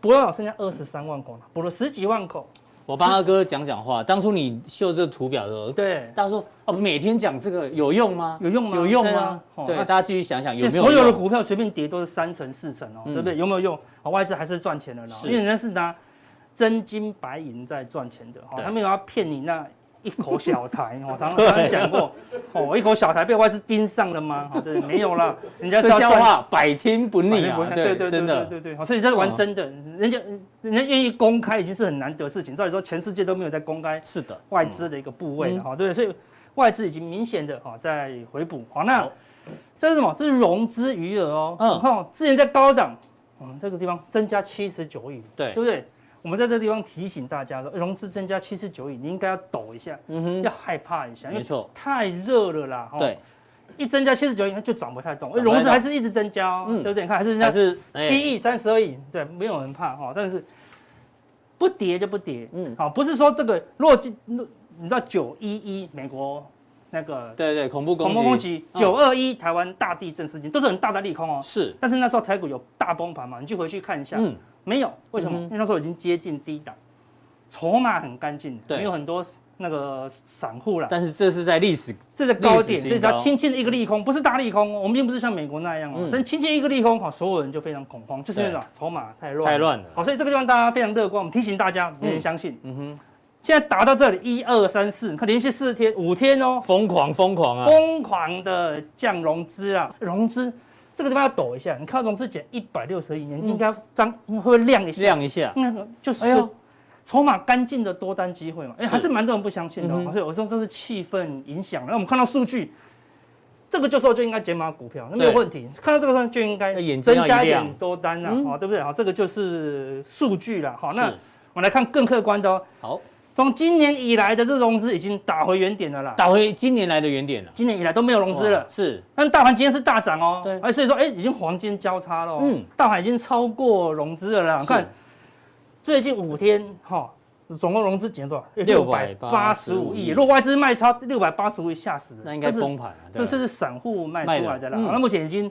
[SPEAKER 3] 补到剩下二十三万口了，补了十几万口，
[SPEAKER 2] 我帮二哥讲讲话。当初你秀这个图表的时候，
[SPEAKER 3] 对，
[SPEAKER 2] 大家说哦，每天讲这个有用吗？
[SPEAKER 3] 有用吗
[SPEAKER 2] 有用
[SPEAKER 3] 对
[SPEAKER 2] 吗
[SPEAKER 3] 啊？哦
[SPEAKER 2] 对，
[SPEAKER 3] 那
[SPEAKER 2] 大家继续想想有没有
[SPEAKER 3] 所有的
[SPEAKER 2] 用
[SPEAKER 3] 股票随便跌都是三成四成哦，
[SPEAKER 2] 嗯
[SPEAKER 3] 对不对？有没有用？哦，外资还是赚钱的啦，
[SPEAKER 2] 是
[SPEAKER 3] 因为人家是拿真金白银在赚钱的，哦
[SPEAKER 2] 对，
[SPEAKER 3] 他没有要骗你那一口小台 哦，常常常常讲过，哦，一口小台被外资盯上了吗？哦，对，没有啦，人家是
[SPEAKER 2] 这
[SPEAKER 3] 要
[SPEAKER 2] 笑
[SPEAKER 3] 赚。
[SPEAKER 2] 话百听不
[SPEAKER 3] 反
[SPEAKER 2] 腻
[SPEAKER 3] 正不会
[SPEAKER 2] 啊！
[SPEAKER 3] 看
[SPEAKER 2] 对
[SPEAKER 3] 对对
[SPEAKER 2] 真
[SPEAKER 3] 对
[SPEAKER 2] 的
[SPEAKER 3] 对对，哦所以这是玩真的，人家人家愿意公开已经是很难得的事情。照理说，全世界都没有在公开
[SPEAKER 2] 是的，
[SPEAKER 3] 外资的一个部
[SPEAKER 2] 嗯
[SPEAKER 3] 位了哈、对不对，所以外资已经明显的哈在回补。好，那
[SPEAKER 2] 好
[SPEAKER 3] 这是什么？这是融资余额哦。
[SPEAKER 2] 嗯
[SPEAKER 3] 嗯，哈，之前在高档，我们这个地方增加七十九亿，
[SPEAKER 2] 对
[SPEAKER 3] 对不对？我们在这个地方提醒大家说，融资增加七十九亿，你应该要抖一下，
[SPEAKER 2] 嗯哼，
[SPEAKER 3] 要害怕一下，因
[SPEAKER 2] 没
[SPEAKER 3] 为
[SPEAKER 2] 错，
[SPEAKER 3] 太热了啦。哦
[SPEAKER 2] 对，，
[SPEAKER 3] 一增加七十九亿，它就涨不太
[SPEAKER 2] 涨
[SPEAKER 3] 动，
[SPEAKER 2] 不太动
[SPEAKER 3] 融资还是一直增加哦，
[SPEAKER 2] 嗯
[SPEAKER 3] 对不对？你看还是增
[SPEAKER 2] 还
[SPEAKER 3] 加
[SPEAKER 2] 是
[SPEAKER 3] 七
[SPEAKER 2] 哎
[SPEAKER 3] 亿、三十二亿，对，没有人怕哈，但是不跌就不跌，
[SPEAKER 2] 嗯
[SPEAKER 3] 嗯，好，不是说这个若进，你知道九一一美国那个
[SPEAKER 2] 对对，恐怖攻
[SPEAKER 3] 恐
[SPEAKER 2] 击，
[SPEAKER 3] 怖攻击，
[SPEAKER 2] 嗯
[SPEAKER 3] 九二一台湾大地震事件都是很大的利空哦，
[SPEAKER 2] 是，
[SPEAKER 3] 但是那时候台股有大崩盘嘛，你就回去看一下，
[SPEAKER 2] 嗯，
[SPEAKER 3] 没有，为什么？
[SPEAKER 2] 嗯哼
[SPEAKER 3] 因为那时候已经接近低档，筹码很干净，
[SPEAKER 2] 对
[SPEAKER 3] 没有很多那个散户啦，
[SPEAKER 2] 但是这是在历史
[SPEAKER 3] 这是高
[SPEAKER 2] 历史
[SPEAKER 3] 点，
[SPEAKER 2] 新
[SPEAKER 3] 所以只要
[SPEAKER 2] 高
[SPEAKER 3] 轻轻的一个利空，不是大利空哦，我们并不是像美国那样哦，
[SPEAKER 2] 嗯
[SPEAKER 3] 但轻轻一个利空，哈，所有人就非常恐慌，就是因为什么筹码太乱，
[SPEAKER 2] 太乱了
[SPEAKER 3] 好，所以这个地方大家非常乐观，我们提醒大家，没人相信。
[SPEAKER 2] 嗯哼，
[SPEAKER 3] 现在打到这里，一二三四，看连续四天、五天哦，
[SPEAKER 2] 疯狂疯狂啊，
[SPEAKER 3] 疯狂的降融资啊，融资这个地方要抖一下，你看到融资减一百六十亿，你应该张会
[SPEAKER 2] 嗯
[SPEAKER 3] 不会亮一下？
[SPEAKER 2] 亮一下，
[SPEAKER 3] 那个就是
[SPEAKER 2] 哎呦
[SPEAKER 3] 筹码干净的多单机会嘛，哎，
[SPEAKER 2] 是
[SPEAKER 3] 还是蛮多人不相信的哦
[SPEAKER 2] 嗯，哼
[SPEAKER 3] 所以我说都是气氛影响。哎那我们看到数据，这个就时候就应该减码股票，那没有
[SPEAKER 2] 对
[SPEAKER 3] 问题。看到这个时候就应该
[SPEAKER 2] 眼睛要
[SPEAKER 3] 增
[SPEAKER 2] 一
[SPEAKER 3] 加一
[SPEAKER 2] 亮
[SPEAKER 3] 点多单啦，
[SPEAKER 2] 嗯
[SPEAKER 3] 好，对不对？哦好，这个就是数据啦。哦好，那
[SPEAKER 2] 是
[SPEAKER 3] 我们来看更客观的哦，
[SPEAKER 2] 好，
[SPEAKER 3] 从今年以来的这融资已经打回原点了啦，
[SPEAKER 2] 打回今年来的原点了，
[SPEAKER 3] 今年以来都没有融资了
[SPEAKER 2] 哇。是，
[SPEAKER 3] 但大盘今天是大涨哦，
[SPEAKER 2] 对
[SPEAKER 3] 哎，所以说哎，已经黄金交叉了，
[SPEAKER 2] 嗯
[SPEAKER 3] 嗯，大盘已经超过融资了啦，看
[SPEAKER 2] 是
[SPEAKER 3] 最近五天哈、总共融资减多少？
[SPEAKER 2] 685亿
[SPEAKER 3] 亿。若外资卖超六百八十五亿，吓死人！
[SPEAKER 2] 那应该
[SPEAKER 3] 这是
[SPEAKER 2] 崩盘了，对
[SPEAKER 3] 这
[SPEAKER 2] 吧
[SPEAKER 3] 是散户卖出来的啦。
[SPEAKER 2] 卖了嗯
[SPEAKER 3] 那目前已经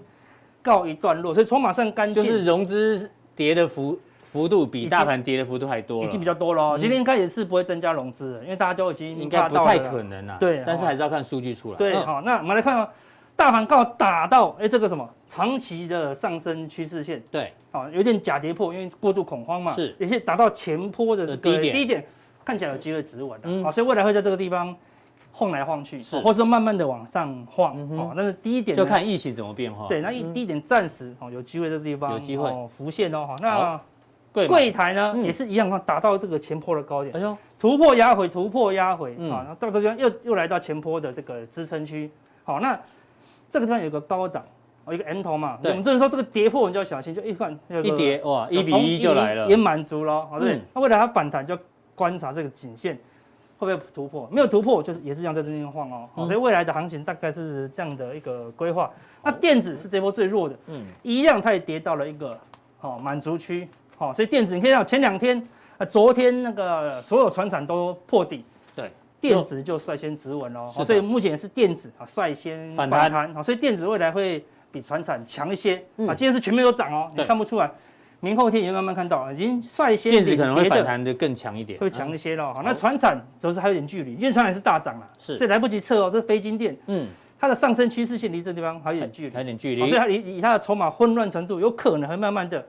[SPEAKER 3] 告一段落，所以筹码上干净，
[SPEAKER 2] 就是融资跌的幅幅度比大盘跌的幅度还多
[SPEAKER 3] 已
[SPEAKER 2] 了
[SPEAKER 3] 经比，较多了。哦今天应该也是不会增加融资的，因为大家都已经
[SPEAKER 2] 嗯应该不
[SPEAKER 3] 怕到了
[SPEAKER 2] 太
[SPEAKER 3] 啦
[SPEAKER 2] 可。能啊，
[SPEAKER 3] 对
[SPEAKER 2] 但是
[SPEAKER 3] 哦
[SPEAKER 2] 还是要看数据出来，
[SPEAKER 3] 对，
[SPEAKER 2] 嗯
[SPEAKER 3] 好、那我们来看、哦，大盘告打到哎这个什么长期的上升趋势线，
[SPEAKER 2] 对，
[SPEAKER 3] 啊、有点假跌破，因为过度恐慌嘛，
[SPEAKER 2] 是
[SPEAKER 3] 也是达到前坡的这个
[SPEAKER 2] 呃低点
[SPEAKER 3] 低点，看起来有机会止稳的，
[SPEAKER 2] 嗯
[SPEAKER 3] 好、所以未来会在这个地方晃来晃去，
[SPEAKER 2] 是
[SPEAKER 3] 哦或是慢慢的往上晃，
[SPEAKER 2] 嗯哼
[SPEAKER 3] 哦，但是低点呢
[SPEAKER 2] 就看疫情怎么变化，
[SPEAKER 3] 对，那一低点暂时哦有机会这个地方
[SPEAKER 2] 有机会
[SPEAKER 3] 哦浮现哦，好那
[SPEAKER 2] 贵吗
[SPEAKER 3] 柜台呢
[SPEAKER 2] 嗯
[SPEAKER 3] 也是一样，达到这个前坡的高点
[SPEAKER 2] 哎，呦，
[SPEAKER 3] 突破压回，突破压回，
[SPEAKER 2] 嗯
[SPEAKER 3] 啊，然后到这边又又来到前坡的这个支撑区，好，那这个地方有个高档，哦，一个 M 头嘛，
[SPEAKER 2] 对
[SPEAKER 3] 我们只能说这个跌破，你就要小心，就一看有个
[SPEAKER 2] 一跌哇，
[SPEAKER 3] 有
[SPEAKER 2] 一比
[SPEAKER 3] 同
[SPEAKER 2] 一就来了
[SPEAKER 3] 也，满足了，好对
[SPEAKER 2] 嗯。
[SPEAKER 3] 那未来它反弹就观察这个颈线会不会突破，没有突破就是也是这样在这边晃哦，好
[SPEAKER 2] 嗯
[SPEAKER 3] 所以未来的行情大概是这样的一个规划。那电子是这波最弱的，
[SPEAKER 2] 嗯，
[SPEAKER 3] 一样它也跌到了一个好满足区，好，所以电子你可以看到前两天呃昨天那个所有船产都破底，
[SPEAKER 2] 对，
[SPEAKER 3] 电子就率先止稳喽，
[SPEAKER 2] 是的
[SPEAKER 3] 好所以目前是电子啊率先
[SPEAKER 2] 反
[SPEAKER 3] 反
[SPEAKER 2] 弹
[SPEAKER 3] 弹，好所以电子未来会比船产强一些
[SPEAKER 2] 嗯
[SPEAKER 3] 啊。今天是全面都涨哦，
[SPEAKER 2] 对
[SPEAKER 3] 你看不出来，明后天你会慢慢看到，已经率先
[SPEAKER 2] 电子可能会
[SPEAKER 3] 领跌
[SPEAKER 2] 反
[SPEAKER 3] 的
[SPEAKER 2] 弹的更强一点，
[SPEAKER 3] 会强一些了。好，
[SPEAKER 2] 好
[SPEAKER 3] 那船产则是还有点距离，因为船产是大涨啦，
[SPEAKER 2] 是
[SPEAKER 3] 所以来不及测哦。这是非金电
[SPEAKER 2] 嗯，
[SPEAKER 3] 它的上升趋势线离这地方还有点距离，
[SPEAKER 2] 还有点距
[SPEAKER 3] 哦
[SPEAKER 2] 离
[SPEAKER 3] 所以，它以以它的筹码混乱程度，有可能会慢慢的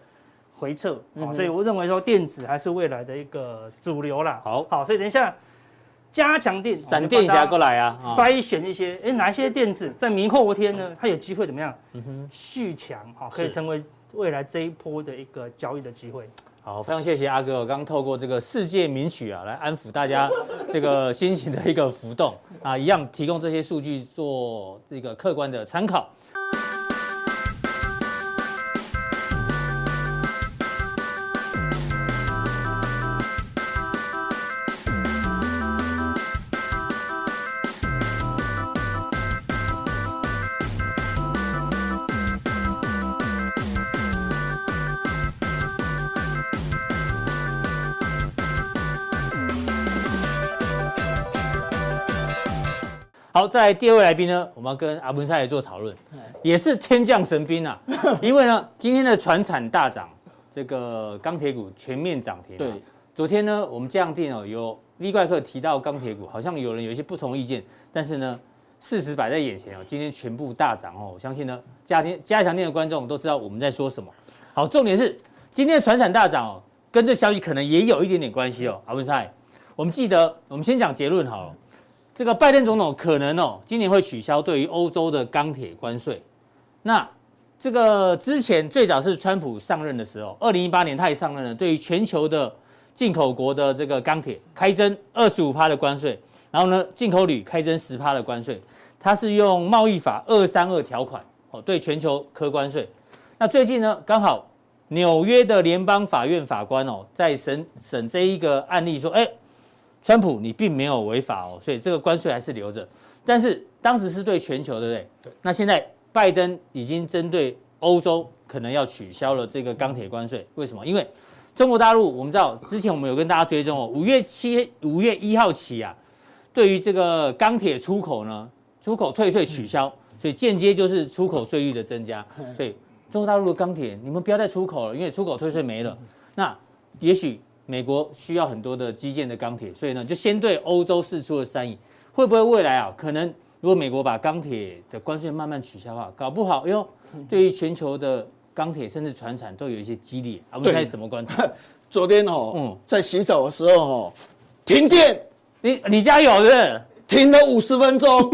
[SPEAKER 3] 回撤、
[SPEAKER 2] 嗯
[SPEAKER 3] 哦
[SPEAKER 2] 哼
[SPEAKER 3] 所以我认为说电子还是未来的一个主流啦。
[SPEAKER 2] 好
[SPEAKER 3] 好，所以等一下加强电哦
[SPEAKER 2] 闪电侠过
[SPEAKER 3] 来
[SPEAKER 2] 来啊，啊
[SPEAKER 3] 筛选一些，哎、哪一些电子在明后天呢？它有机会怎么样？续强哈、可以
[SPEAKER 2] 嗯是
[SPEAKER 3] 成为未来这一波的一个交易的机会。
[SPEAKER 2] 好，非常谢谢阿哥，我刚透过这个世界名曲啊，来安抚大家这个心情的一个浮动啊，一样提供这些数据做这个客观的参考。好，再来第二位来宾呢，我们要跟阿文赛来做讨论，也是天降神兵啊，因为呢，今天的船产大涨，这个钢铁股全面涨停、啊。
[SPEAKER 4] 对，
[SPEAKER 2] 昨天呢，我们降定哦，有 V 怪客提到钢铁股，好像有人有一些不同意见，但是呢，事实摆在眼前哦，今天全部大涨哦，我相信呢，家庭加强店的观众都知道我们在说什么。好，重点是今天的船产大涨哦，跟这消息可能也有一点点关系哦，阿文赛，我们记得，我们先讲结论好了。这个拜登总统可能哦，今年会取消对于欧洲的钢铁关税。那这个之前最早是川普上任的时候，二零一八年他也上任了，对于全球的进口国的这个钢铁开征二十五趴的关税，然后呢，进口铝开征十趴的关税，它是用贸易法二三二条款哦，对全球科关税。那最近呢，刚好纽约的联邦法院法官哦，在审审这一个案例说，哎，川普你并没有违法哦，所以这个关税还是留着。但是当时是对全球，对不对？对。那现在拜登已经针对欧洲可能要取消了这个钢铁关税，为什么？因为中国大陆我们知道，之前我们有跟大家追踪哦，五月七、五月一号起啊，对于这个钢铁出口呢，出口退税取消，所以间接就是出口税率的增加。所以中国大陆的钢铁，你们不要再出口了，因为出口退税没了。那也许美国需要很多的基建的钢铁，所以呢，就先对欧洲释出了善意。会不会未来啊，可能如果美国把钢铁的关税慢慢取消的话，搞不好哟，对于全球的钢铁甚至船产都有一些激励。啊我们
[SPEAKER 4] 对
[SPEAKER 2] 现在怎么观察？
[SPEAKER 4] 昨天哦，
[SPEAKER 2] 嗯
[SPEAKER 4] 在洗澡的时候哦，停电
[SPEAKER 2] 你你家有是不是？
[SPEAKER 4] 停了五十分钟，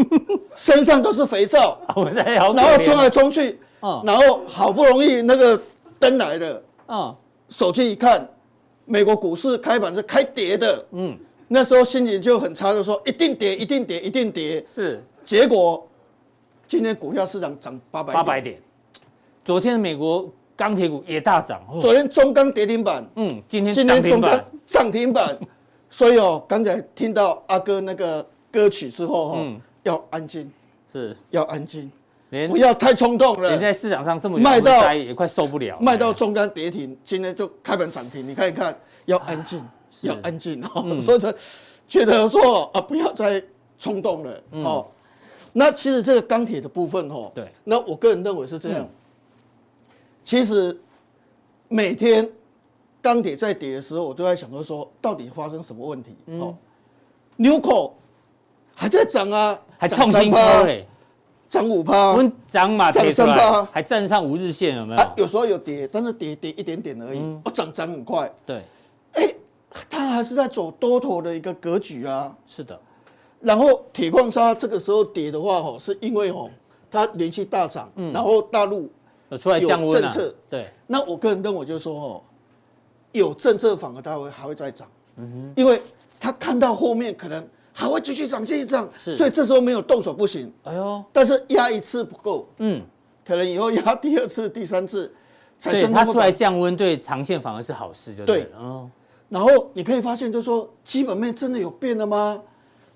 [SPEAKER 4] 身上都是肥皂，
[SPEAKER 2] 啊我在好可
[SPEAKER 4] 然后冲来
[SPEAKER 2] 怜。
[SPEAKER 4] 冲去，
[SPEAKER 2] 嗯
[SPEAKER 4] 然后好不容易那个灯来了，
[SPEAKER 2] 嗯，
[SPEAKER 4] 手机一看，美国股市开盘是开跌的，嗯，那时候心情就很差，就说一定跌，一定跌，一定跌。
[SPEAKER 2] 是
[SPEAKER 4] 结果今天股票市场涨八百，
[SPEAKER 2] 八百。点。昨天美国钢铁股也大涨，哦
[SPEAKER 4] 昨天中钢跌停板，
[SPEAKER 2] 嗯，今天
[SPEAKER 4] 今
[SPEAKER 2] 涨停
[SPEAKER 4] 天中钢
[SPEAKER 2] 板。
[SPEAKER 4] 涨停板。所以哦，刚才听到阿哥那个歌曲之后哦，
[SPEAKER 2] 嗯
[SPEAKER 4] 要安静，
[SPEAKER 2] 是，
[SPEAKER 4] 要安静，
[SPEAKER 2] 连
[SPEAKER 4] 不要太冲动了
[SPEAKER 2] 连。在市场上这么
[SPEAKER 4] 卖
[SPEAKER 2] 卖
[SPEAKER 4] 到
[SPEAKER 2] 到也快受不了了，
[SPEAKER 4] 卖到中钢跌停，今天就开盘涨停，你看一看，要安静，
[SPEAKER 2] 哎啊是嗯
[SPEAKER 4] 要安静哦。所以说，觉得说啊，不要再冲动了哦。那其实这个钢铁的部分哦，
[SPEAKER 2] 嗯对
[SPEAKER 4] 那我个人认为是这样。
[SPEAKER 2] 嗯
[SPEAKER 4] 其实每天钢铁在跌的时候，我都在想说说到底发生什么问题、
[SPEAKER 2] 嗯
[SPEAKER 4] 哦。纽扣还在涨啊，
[SPEAKER 2] 还
[SPEAKER 4] 涨
[SPEAKER 2] 创新
[SPEAKER 4] 3%啊
[SPEAKER 2] 高，嘞。
[SPEAKER 4] 涨五趴
[SPEAKER 2] 我，们涨马
[SPEAKER 4] 涨
[SPEAKER 2] 贴出
[SPEAKER 4] 三趴
[SPEAKER 2] 来
[SPEAKER 4] 啊，
[SPEAKER 2] 还站上五日线，有没
[SPEAKER 4] 啊，
[SPEAKER 2] 有？
[SPEAKER 4] 有时候有跌，但是跌跌一点点而已，
[SPEAKER 2] 嗯
[SPEAKER 4] 我涨涨很快。
[SPEAKER 2] 对，
[SPEAKER 4] 哎，它还是在走多头的一个格局啊。
[SPEAKER 2] 是的，
[SPEAKER 4] 然后铁矿砂这个时候跌的话，哦，是因为哦它连续大涨，
[SPEAKER 2] 嗯
[SPEAKER 4] 然后大陆，
[SPEAKER 2] 有出来降温
[SPEAKER 4] 有政
[SPEAKER 2] 了
[SPEAKER 4] 策。
[SPEAKER 2] 对，
[SPEAKER 4] 那我个人认为就是说哦，有政策反而它会还会再涨，
[SPEAKER 2] 嗯
[SPEAKER 4] 因为它看到后面可能还会继续涨，继续涨，
[SPEAKER 2] 是
[SPEAKER 4] 所以这时候没有动手不行，
[SPEAKER 2] 哎呦，
[SPEAKER 4] 但是压一次不够，
[SPEAKER 2] 嗯，
[SPEAKER 4] 可能以后压第二次、第三次才
[SPEAKER 2] 所以
[SPEAKER 4] 真的
[SPEAKER 2] 它
[SPEAKER 4] 会
[SPEAKER 2] 出来
[SPEAKER 4] 涨。
[SPEAKER 2] 降温对长线反而是好事，就对了。嗯，
[SPEAKER 4] 然后你可以发现，就是说基本面真的有变了吗？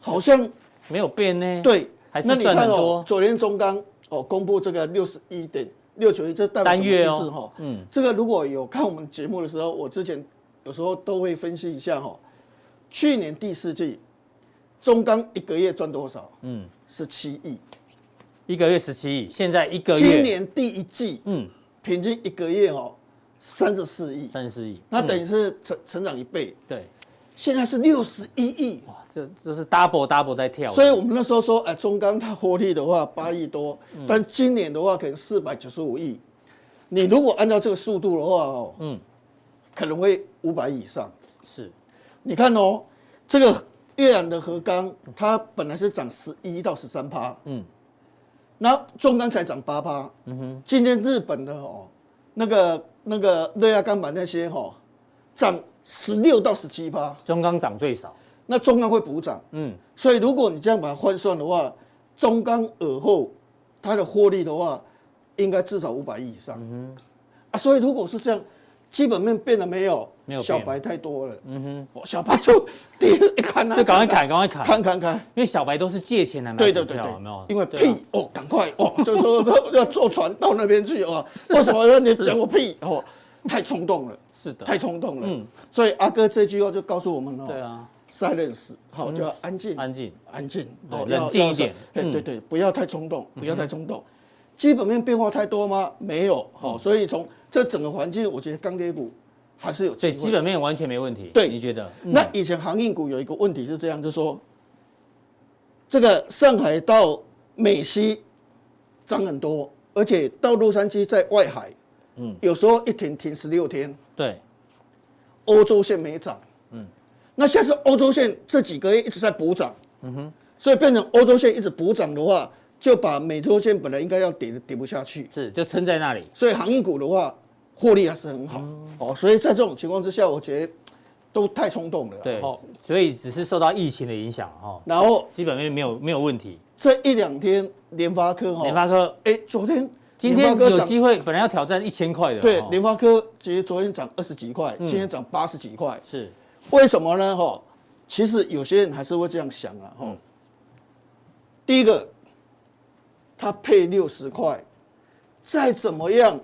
[SPEAKER 4] 好像
[SPEAKER 2] 没有变呢。，
[SPEAKER 4] 对，
[SPEAKER 2] 还是
[SPEAKER 4] 那你
[SPEAKER 2] 赚
[SPEAKER 4] 看
[SPEAKER 2] 很
[SPEAKER 4] 哦
[SPEAKER 2] 多，
[SPEAKER 4] 昨天中钢哦公布这个六十一点六九一，这代表什
[SPEAKER 2] 单
[SPEAKER 4] 么
[SPEAKER 2] 月
[SPEAKER 4] 意
[SPEAKER 2] 哦
[SPEAKER 4] 思哈？
[SPEAKER 2] 嗯
[SPEAKER 4] 嗯，这个如果有看我们节目的时候，我之前有时候都会分析一下哈。去年第四季，中钢一个月赚多少？
[SPEAKER 2] 嗯
[SPEAKER 4] 嗯，十七亿。
[SPEAKER 2] 一个月十七亿，现在一个月，
[SPEAKER 4] 今年第一季
[SPEAKER 2] 嗯，
[SPEAKER 4] 平均一个月哦三十四亿，
[SPEAKER 2] 三十亿，
[SPEAKER 4] 那等
[SPEAKER 2] 嗯
[SPEAKER 4] 于是成成长一倍，
[SPEAKER 2] 对，
[SPEAKER 4] 现在是六十一亿。哦
[SPEAKER 2] 哇，这这是 double double 在跳的，
[SPEAKER 4] 所以我们那时候说，哎，中钢它获利的话八亿多，但今年的话可能四百九十五亿。你如果按照这个速度的话哦，
[SPEAKER 2] 嗯
[SPEAKER 4] 嗯，可能会五百亿以上。
[SPEAKER 2] 是
[SPEAKER 4] 你看哦，这个越南的和钢，它本来是涨十一到十三趴，
[SPEAKER 2] 嗯
[SPEAKER 4] 嗯，那中钢才涨八趴，嗯哼。今天日本的哦，那个那个热轧钢板那些哦，涨十六到十七趴，
[SPEAKER 2] 中钢涨最少，
[SPEAKER 4] 那中钢会补涨。
[SPEAKER 2] 嗯，
[SPEAKER 4] 所以如果你这样把它换算的话，中钢尔后它的获利的话，应该至少五百亿以
[SPEAKER 2] 嗯
[SPEAKER 4] 上。啊，所以如果是这样，基本面变了没有？
[SPEAKER 2] 没有变
[SPEAKER 4] 小白太多了。嗯哼，小白就第一看啊，
[SPEAKER 2] 就赶快砍，赶快砍，
[SPEAKER 4] 砍砍砍。
[SPEAKER 2] 因为小白都是借钱来买
[SPEAKER 4] 对
[SPEAKER 2] 股
[SPEAKER 4] 对对
[SPEAKER 2] 票，有
[SPEAKER 4] 对
[SPEAKER 2] 没有？，
[SPEAKER 4] 因为
[SPEAKER 2] 对啊
[SPEAKER 4] 屁哦，赶快哦，就说要要坐船到那边去哦。为什么让你讲我屁哦？太冲动了，
[SPEAKER 2] 是的，
[SPEAKER 4] 太冲动了。
[SPEAKER 2] 嗯
[SPEAKER 4] 所以阿哥这句话就告诉我们哦，
[SPEAKER 2] 对啊，
[SPEAKER 4] silence，好，就要安静，
[SPEAKER 2] 嗯安静，
[SPEAKER 4] 安静，
[SPEAKER 2] 对
[SPEAKER 4] 哦
[SPEAKER 2] 冷
[SPEAKER 4] 要
[SPEAKER 2] 静一
[SPEAKER 4] 要
[SPEAKER 2] 点
[SPEAKER 4] 哎，
[SPEAKER 2] 嗯
[SPEAKER 4] 对对，不要太冲动，不要太冲动。基本面变化太多吗？没有，
[SPEAKER 2] 嗯
[SPEAKER 4] 好，所以从这整个环境，我觉得钢铁股还是有机
[SPEAKER 2] 所
[SPEAKER 4] 会。
[SPEAKER 2] 以基嗯本面完全没问题。
[SPEAKER 4] 对
[SPEAKER 2] 你觉得？
[SPEAKER 4] 那以前航运股有一个问题是这样，就说这个上海到美西涨很多，而且到洛杉矶在外海，嗯，有时候一停停十六天，
[SPEAKER 2] 对，
[SPEAKER 4] 欧洲线没涨，嗯，那现在是欧洲线这几个月一直在补涨，嗯哼，所以变成欧洲线一直补涨的话，就把美洲线本来应该要跌的跌不下去，
[SPEAKER 2] 是就撑在那里。
[SPEAKER 4] 所以航运股的话，获利还是很好，
[SPEAKER 2] 嗯
[SPEAKER 4] 哦，所以在这种情况之下，我觉得都太冲动了啦，
[SPEAKER 2] 对
[SPEAKER 4] 哦，
[SPEAKER 2] 所以只是受到疫情的影响哈，
[SPEAKER 4] 然后
[SPEAKER 2] 基本面没有没有问题。
[SPEAKER 4] 这一两天联发科哈，
[SPEAKER 2] 联发科
[SPEAKER 4] 哎，昨天
[SPEAKER 2] 今
[SPEAKER 4] 联
[SPEAKER 2] 天
[SPEAKER 4] 发科
[SPEAKER 2] 有
[SPEAKER 4] 涨
[SPEAKER 2] 机会，本来要挑战一千块的哦，嗯
[SPEAKER 4] 对联发科，其实昨天涨二十几块，今天涨八十几块，
[SPEAKER 2] 是
[SPEAKER 4] 为什么呢？哈，其实有些人还是会这样想啊，
[SPEAKER 2] 嗯
[SPEAKER 4] 哈。第一个，它配六十块，再怎么样，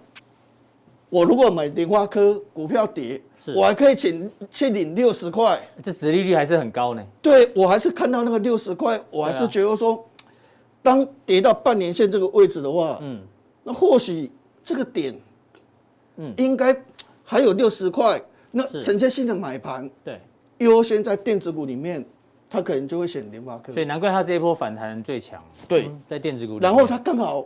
[SPEAKER 4] 我如果买莲花科股票跌
[SPEAKER 2] 是，
[SPEAKER 4] 我还可以请去领六十块。
[SPEAKER 2] 这殖利率还是很高呢。
[SPEAKER 4] 对我还是看到那个六十块，我还
[SPEAKER 2] 对
[SPEAKER 4] 是
[SPEAKER 2] 啊
[SPEAKER 4] 觉得说，当跌到半年线这个位置的话，
[SPEAKER 2] 嗯，
[SPEAKER 4] 那或许这个点，
[SPEAKER 2] 嗯
[SPEAKER 4] 应该还有六十块，那
[SPEAKER 2] 是
[SPEAKER 4] 承接性的买盘。
[SPEAKER 2] 对，
[SPEAKER 4] 优先在电子股里面，他可能就会选联发科
[SPEAKER 2] 所。以难怪它这一波反弹最强。
[SPEAKER 4] 嗯对
[SPEAKER 2] 嗯，在电子股里面。
[SPEAKER 4] 然后他刚好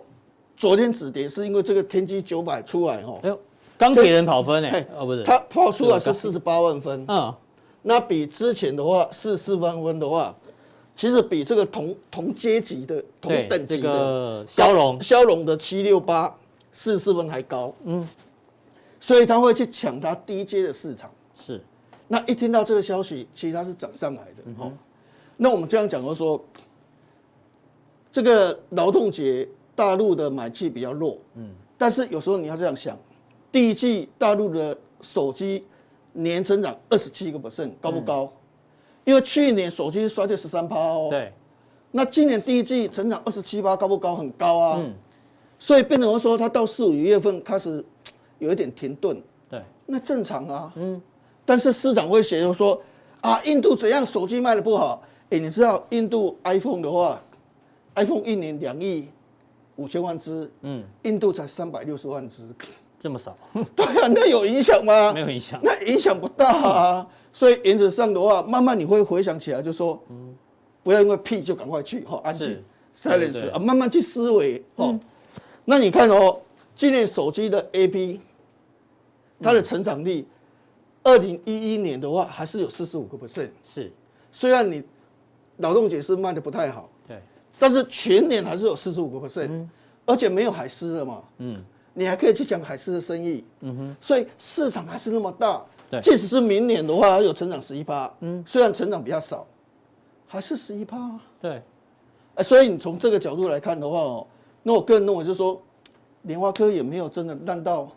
[SPEAKER 4] 昨天止跌，是因为这个天玑九百出来哦，
[SPEAKER 2] 哎呦，钢铁人跑分哎，哦不是，
[SPEAKER 4] 它跑出来是
[SPEAKER 2] 是
[SPEAKER 4] 四十八万分，
[SPEAKER 2] 嗯，
[SPEAKER 4] 那比之前的话四四万分的话，其实比这个同同阶级的同
[SPEAKER 2] 对，
[SPEAKER 4] 等
[SPEAKER 2] 这
[SPEAKER 4] 级的
[SPEAKER 2] 个骁龙
[SPEAKER 4] 骁龙的七六八四四分还高，嗯，所以他会去抢它低阶的市场。
[SPEAKER 2] 是
[SPEAKER 4] 那一听到这个消息，其实它是涨上来的。哦，那我们这样讲就是说，这个劳动节大陆的买气比较弱，嗯，但是有时候你要这样想，第一季大陆的手机年增长二十七个 percent，高不高？因为去年手机衰退十三趴哦，，
[SPEAKER 2] 对，
[SPEAKER 4] 那今年第一季成长二十七趴，高不高？很高啊，所以变成说它到四五月份开始有一点停顿，
[SPEAKER 2] 对，
[SPEAKER 4] 那正常啊。嗯，但是市长会写就说啊，印度怎样手机卖的不好？哎、你知道印度 iPhone 的话，iPhone 一年两亿五千万只，嗯，印度才三百六十万只，
[SPEAKER 2] 这么少
[SPEAKER 4] 对啊，那有影响吗？
[SPEAKER 2] 没有影响
[SPEAKER 4] 那影响不大啊。所以原则上的话，慢慢你会回想起来，就说，不要因为屁就赶快去，哈、安静
[SPEAKER 2] 是对对
[SPEAKER 4] silence 啊，慢慢去思维，哦。那你看哦，今年手机的 AP，它的成长率，二零一一年的话还是有四十五个 percent，
[SPEAKER 2] 是，
[SPEAKER 4] 虽然你劳动节是卖的不太好，
[SPEAKER 2] 对，
[SPEAKER 4] 但是全年还是有四十五个 percent，而且没有海狮了嘛，嗯，你还可以去讲海狮的生意，嗯哼，所以市场还是那么大，
[SPEAKER 2] 对
[SPEAKER 4] 即使是明年的话，还有成长十一趴，嗯，虽然成长比较少，还是十一趴，啊
[SPEAKER 2] 对，
[SPEAKER 4] 哎，所以你从这个角度来看的话哦，那我个人认为就是说，莲花科也没有真的烂到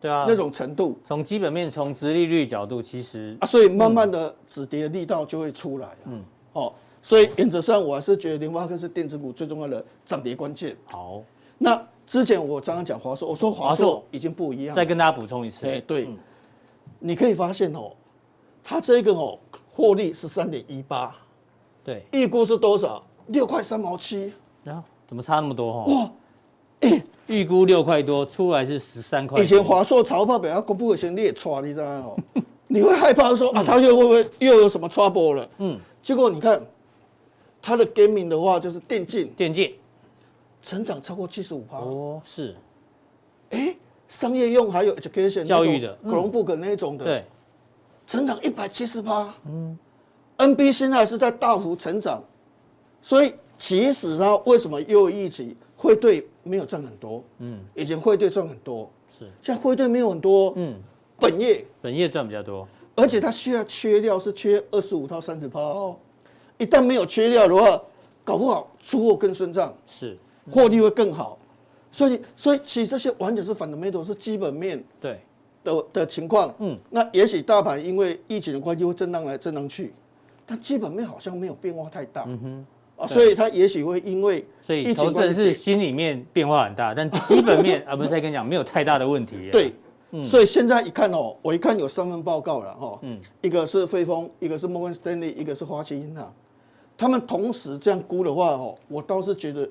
[SPEAKER 2] 对啊，
[SPEAKER 4] 那种程度
[SPEAKER 2] 从基本面、从殖利率角度，其实
[SPEAKER 4] 啊，所以慢慢的止跌的力道就会出来，嗯，哦。所以原则上，我还是觉得莲花科是电子股最重要的涨跌关键。
[SPEAKER 2] 好，
[SPEAKER 4] 那之前我刚刚讲华硕，我说华
[SPEAKER 2] 华硕
[SPEAKER 4] 硕已经不一样
[SPEAKER 2] 再
[SPEAKER 4] 了。
[SPEAKER 2] 跟嗯大家补充一次，
[SPEAKER 4] 哎，对，你可以发现哦，它这个哦获利是三点一八，
[SPEAKER 2] 对，
[SPEAKER 4] 预估是多少？六块三毛七。
[SPEAKER 2] 然后怎么差那么多哦？
[SPEAKER 4] 哇，哎
[SPEAKER 2] 预估六块多，出来是十三块多，
[SPEAKER 4] 以前华硕财报表要公布的时候，你也抓，你知道吗 哦？你会害怕
[SPEAKER 2] 嗯
[SPEAKER 4] 说啊，它又会不会又有什么 trouble 了？嗯，结果你看它的 gaming 的话，就是电竞
[SPEAKER 2] 电竞
[SPEAKER 4] 成长超过七十五趴。
[SPEAKER 2] 哦是，
[SPEAKER 4] 商业用还有 education
[SPEAKER 2] 教育的嗯
[SPEAKER 4] Chromebook 那一种的，
[SPEAKER 2] 对，
[SPEAKER 4] 成长一百七十八，NB
[SPEAKER 2] 嗯
[SPEAKER 4] 现在是在大幅成长，所以其实呢，为什么又一起汇兑没有赚很多？嗯，以前汇兑赚很多，
[SPEAKER 2] 是，
[SPEAKER 4] 现在汇兑没有很多，
[SPEAKER 2] 嗯，
[SPEAKER 4] 本业，
[SPEAKER 2] 本业赚比较多，
[SPEAKER 4] 而且它需要缺料是缺二十五到三十趴哦，一旦没有缺料的话，搞不好出货更顺畅，
[SPEAKER 2] 是
[SPEAKER 4] 获利会更好，所以所以其实这些完全是 fundamental 是基本面，
[SPEAKER 2] 对，
[SPEAKER 4] 的的情况，嗯，那也许大盘因为疫情的关系会震荡来震荡去，但基本面好像没有变化太大，嗯哼，啊，所以它也许会因为
[SPEAKER 2] 所以
[SPEAKER 4] 疫
[SPEAKER 2] 投
[SPEAKER 4] 情
[SPEAKER 2] 资人
[SPEAKER 4] 关系
[SPEAKER 2] 是心里面变化很大，但基本面啊不是在跟你讲没有太大的问题，
[SPEAKER 4] 对，所以现在一看哦，我一看有三份报告了哈，
[SPEAKER 2] 嗯
[SPEAKER 4] 一个是汇丰，一个是摩根斯丹利，一个是花旗银行，他们同时这样估的话哦，我倒是觉得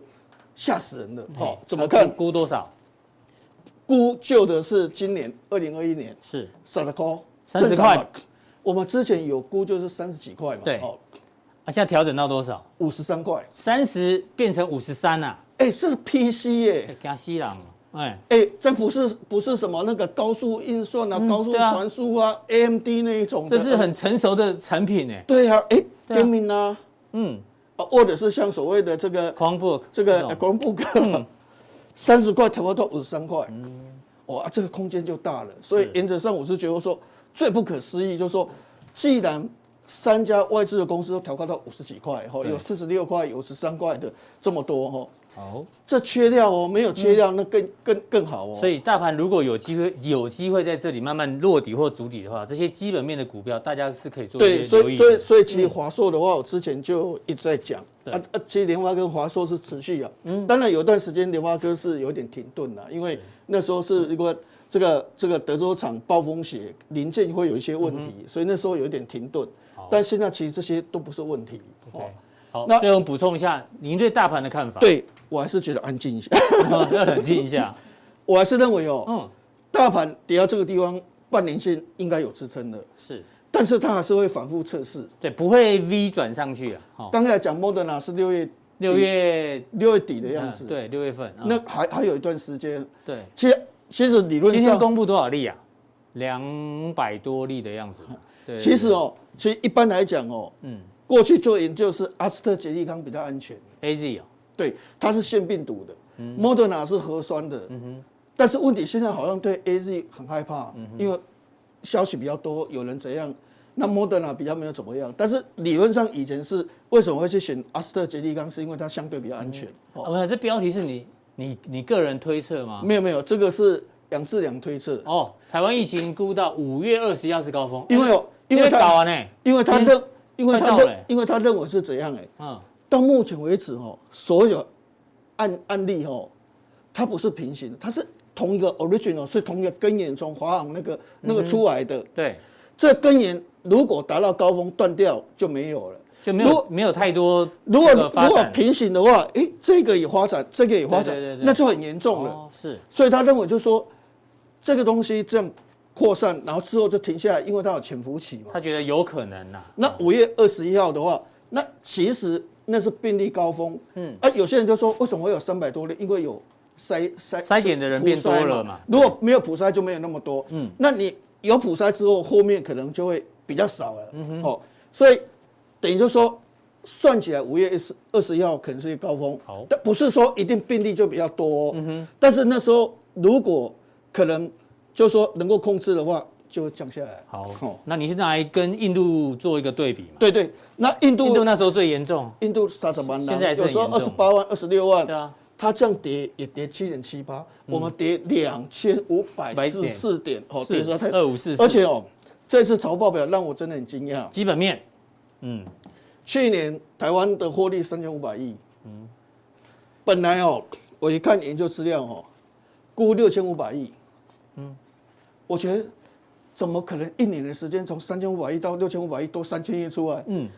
[SPEAKER 4] 吓死人了哦
[SPEAKER 2] 嘿，
[SPEAKER 4] 怎么看
[SPEAKER 2] 它？估估多少？
[SPEAKER 4] 估就的是今年二零二一年
[SPEAKER 2] 是
[SPEAKER 4] 三十块，
[SPEAKER 2] 30
[SPEAKER 4] 正常嘛
[SPEAKER 2] 块，
[SPEAKER 4] 我们之前有估就是三十几块嘛，哦
[SPEAKER 2] 对，啊，现在调整到多少？
[SPEAKER 4] 五十三块，
[SPEAKER 2] 三十变成五十三啊啦，
[SPEAKER 4] 哎，这是 PC 耶、
[SPEAKER 2] 哎，加西朗，哎，
[SPEAKER 4] 哎，这不是不是什么那个高速运算啊、高速
[SPEAKER 2] 对啊
[SPEAKER 4] 传输啊、AMD 那一种的，
[SPEAKER 2] 这是很成熟的产品哎，
[SPEAKER 4] 对啊，哎，
[SPEAKER 2] 对啊
[SPEAKER 4] gaming 啊，
[SPEAKER 2] 嗯
[SPEAKER 4] 啊或者是像所谓的这个
[SPEAKER 2] ，Chromebook
[SPEAKER 4] 这个
[SPEAKER 2] 种嗯
[SPEAKER 4] Chromebook，三 十块调高到五十三块，哇，这个空间就大了。所以
[SPEAKER 2] 是
[SPEAKER 4] 原则上我是觉得说最不可思议，就是说既然三家外资的公司都调高到五十几块，哈，
[SPEAKER 2] 对
[SPEAKER 4] 有四十六块，有十三块的这么多，哈，
[SPEAKER 2] 好，
[SPEAKER 4] 这缺料哦，没有缺料那更更更好哦。
[SPEAKER 2] 嗯所以大盘如果有机会有机会在这里慢慢落底或筑底的话，这些基本面的股票大家是可以做
[SPEAKER 4] 对，
[SPEAKER 2] 一些
[SPEAKER 4] 所
[SPEAKER 2] 留
[SPEAKER 4] 以
[SPEAKER 2] 意
[SPEAKER 4] 所以
[SPEAKER 2] 的。
[SPEAKER 4] 所以其实华硕的话，我之前就一直在讲，
[SPEAKER 2] 对嗯
[SPEAKER 4] 啊啊，其实联发科跟华硕是持续啊，当然有段时间联发科是有点停顿了，因为那时候是一个这个这个德州厂暴风雪零件会有一些问
[SPEAKER 2] 嗯
[SPEAKER 4] 题，所以那时候有点停顿，但现在其实这些都不是问题哦
[SPEAKER 2] OK，。好，
[SPEAKER 4] 那
[SPEAKER 2] 最后补充一下您对大盘的看法。，
[SPEAKER 4] 对我还是觉得安静一下，
[SPEAKER 2] 要冷静一下。
[SPEAKER 4] 我还是认为哦，
[SPEAKER 2] 嗯，
[SPEAKER 4] 大盘跌到这个地方，半年线应该有支撑的，
[SPEAKER 2] 是
[SPEAKER 4] 但是它还是会反复测试。
[SPEAKER 2] 对，不会 V 转上去啊。好，
[SPEAKER 4] 刚才讲 Moderna 是六月
[SPEAKER 2] 六月
[SPEAKER 4] 六月底的样子
[SPEAKER 2] 嗯，对，六月份。嗯
[SPEAKER 4] 那还还有一段时间。
[SPEAKER 2] 对，
[SPEAKER 4] 其实其实理论
[SPEAKER 2] 今天
[SPEAKER 4] 上，
[SPEAKER 2] 公布多少例啊？两百多例的样 子。对，
[SPEAKER 4] 其实哦，其实一般来讲哦，
[SPEAKER 2] 嗯
[SPEAKER 4] 过去做研究是阿斯特捷利康比较安全，
[SPEAKER 2] ，A Z 哦，对
[SPEAKER 4] 对，它是腺病毒的，Moderna
[SPEAKER 2] 嗯
[SPEAKER 4] 是核酸的，但是问题现在好像对 A Z 很害怕，
[SPEAKER 2] 嗯
[SPEAKER 4] 因为消息比较多，有人怎样。那 Moderna 比较没有怎么样，但是理论上以前是为什么会去选阿斯特捷利康，是因为它相对比较安全。哦，
[SPEAKER 2] 我想这标题啊是你你你个人推测吗？
[SPEAKER 4] 没有没有，这个是杨志良推测，
[SPEAKER 2] 哦，台湾疫情估到五月二十一号是高峰，哎
[SPEAKER 4] 因为哦，因为
[SPEAKER 2] 因为搞
[SPEAKER 4] 他
[SPEAKER 2] 完呢，
[SPEAKER 4] 因为他
[SPEAKER 2] 今天
[SPEAKER 4] 认，因为
[SPEAKER 2] 哎快
[SPEAKER 4] 他
[SPEAKER 2] 到了
[SPEAKER 4] 认
[SPEAKER 2] 欸，
[SPEAKER 4] 因为他认为是怎样哎、
[SPEAKER 2] 嗯，
[SPEAKER 4] 到目前为止哦，所有案案例哦，它不是平行的，它是同一个 original，是同一个根源从华航那个那个出来的。
[SPEAKER 2] 对，
[SPEAKER 4] 这根源如果达到高峰断掉就没有了。
[SPEAKER 2] 就没
[SPEAKER 4] 如
[SPEAKER 2] 有
[SPEAKER 4] 果
[SPEAKER 2] 没有太多
[SPEAKER 4] 如果
[SPEAKER 2] 这个发
[SPEAKER 4] 如果
[SPEAKER 2] 展
[SPEAKER 4] 平行的话，诶，这个也发展，这个也发
[SPEAKER 2] 对
[SPEAKER 4] 展
[SPEAKER 2] 对对，对
[SPEAKER 4] 那就很严重了。
[SPEAKER 2] 哦，是
[SPEAKER 4] 所以他认为就说这个东西这样扩散，然后之后就停下来，因为它有潜伏期嘛。
[SPEAKER 2] 他觉得有可能啊呐，
[SPEAKER 4] 那五月二十一号的话，那其实那是病例高峰。嗯，啊，有些人就说为什么会有三百多例？因为有筛筛
[SPEAKER 2] 筛检的人变多了嘛
[SPEAKER 4] 普筛如果没有普筛就没有那么多。
[SPEAKER 2] 嗯
[SPEAKER 4] 嗯，那你有普筛之后，后面可能就会比较少了。嗯哦，所以等于就说。算起来，五月二十二十一号可能是一个高峰，
[SPEAKER 2] 好嗯
[SPEAKER 4] 但不是说一定病例就比较多、哦。但是那时候如果可能，就说能够控制的话，就会降下来。
[SPEAKER 2] 好
[SPEAKER 4] 哦，
[SPEAKER 2] 那你是拿来跟印度做一个对比嘛？
[SPEAKER 4] 对对，那印度
[SPEAKER 2] 印度那时候最严重，
[SPEAKER 4] 印度三十万人，
[SPEAKER 2] 现在还是
[SPEAKER 4] 有
[SPEAKER 2] 很
[SPEAKER 4] 时候
[SPEAKER 2] 严
[SPEAKER 4] 二十
[SPEAKER 2] 重
[SPEAKER 4] 八万、二十六万，
[SPEAKER 2] 对啊，嗯
[SPEAKER 4] 它这样跌也跌七点七八，我们跌两千五百四四点，哦，跌
[SPEAKER 2] 是
[SPEAKER 4] 得太，
[SPEAKER 2] 二五四四，
[SPEAKER 4] 而且哦，这次财报表让我真的很惊讶，
[SPEAKER 2] 基本面，嗯，
[SPEAKER 4] 去年台湾的获利三千五百亿，嗯，本来哦，我一看研究资料哦，估六千五百亿，嗯，我觉得怎么可能一年的时间从三千五百亿到六千五百亿都三千亿出来？
[SPEAKER 2] 嗯
[SPEAKER 4] 嗯，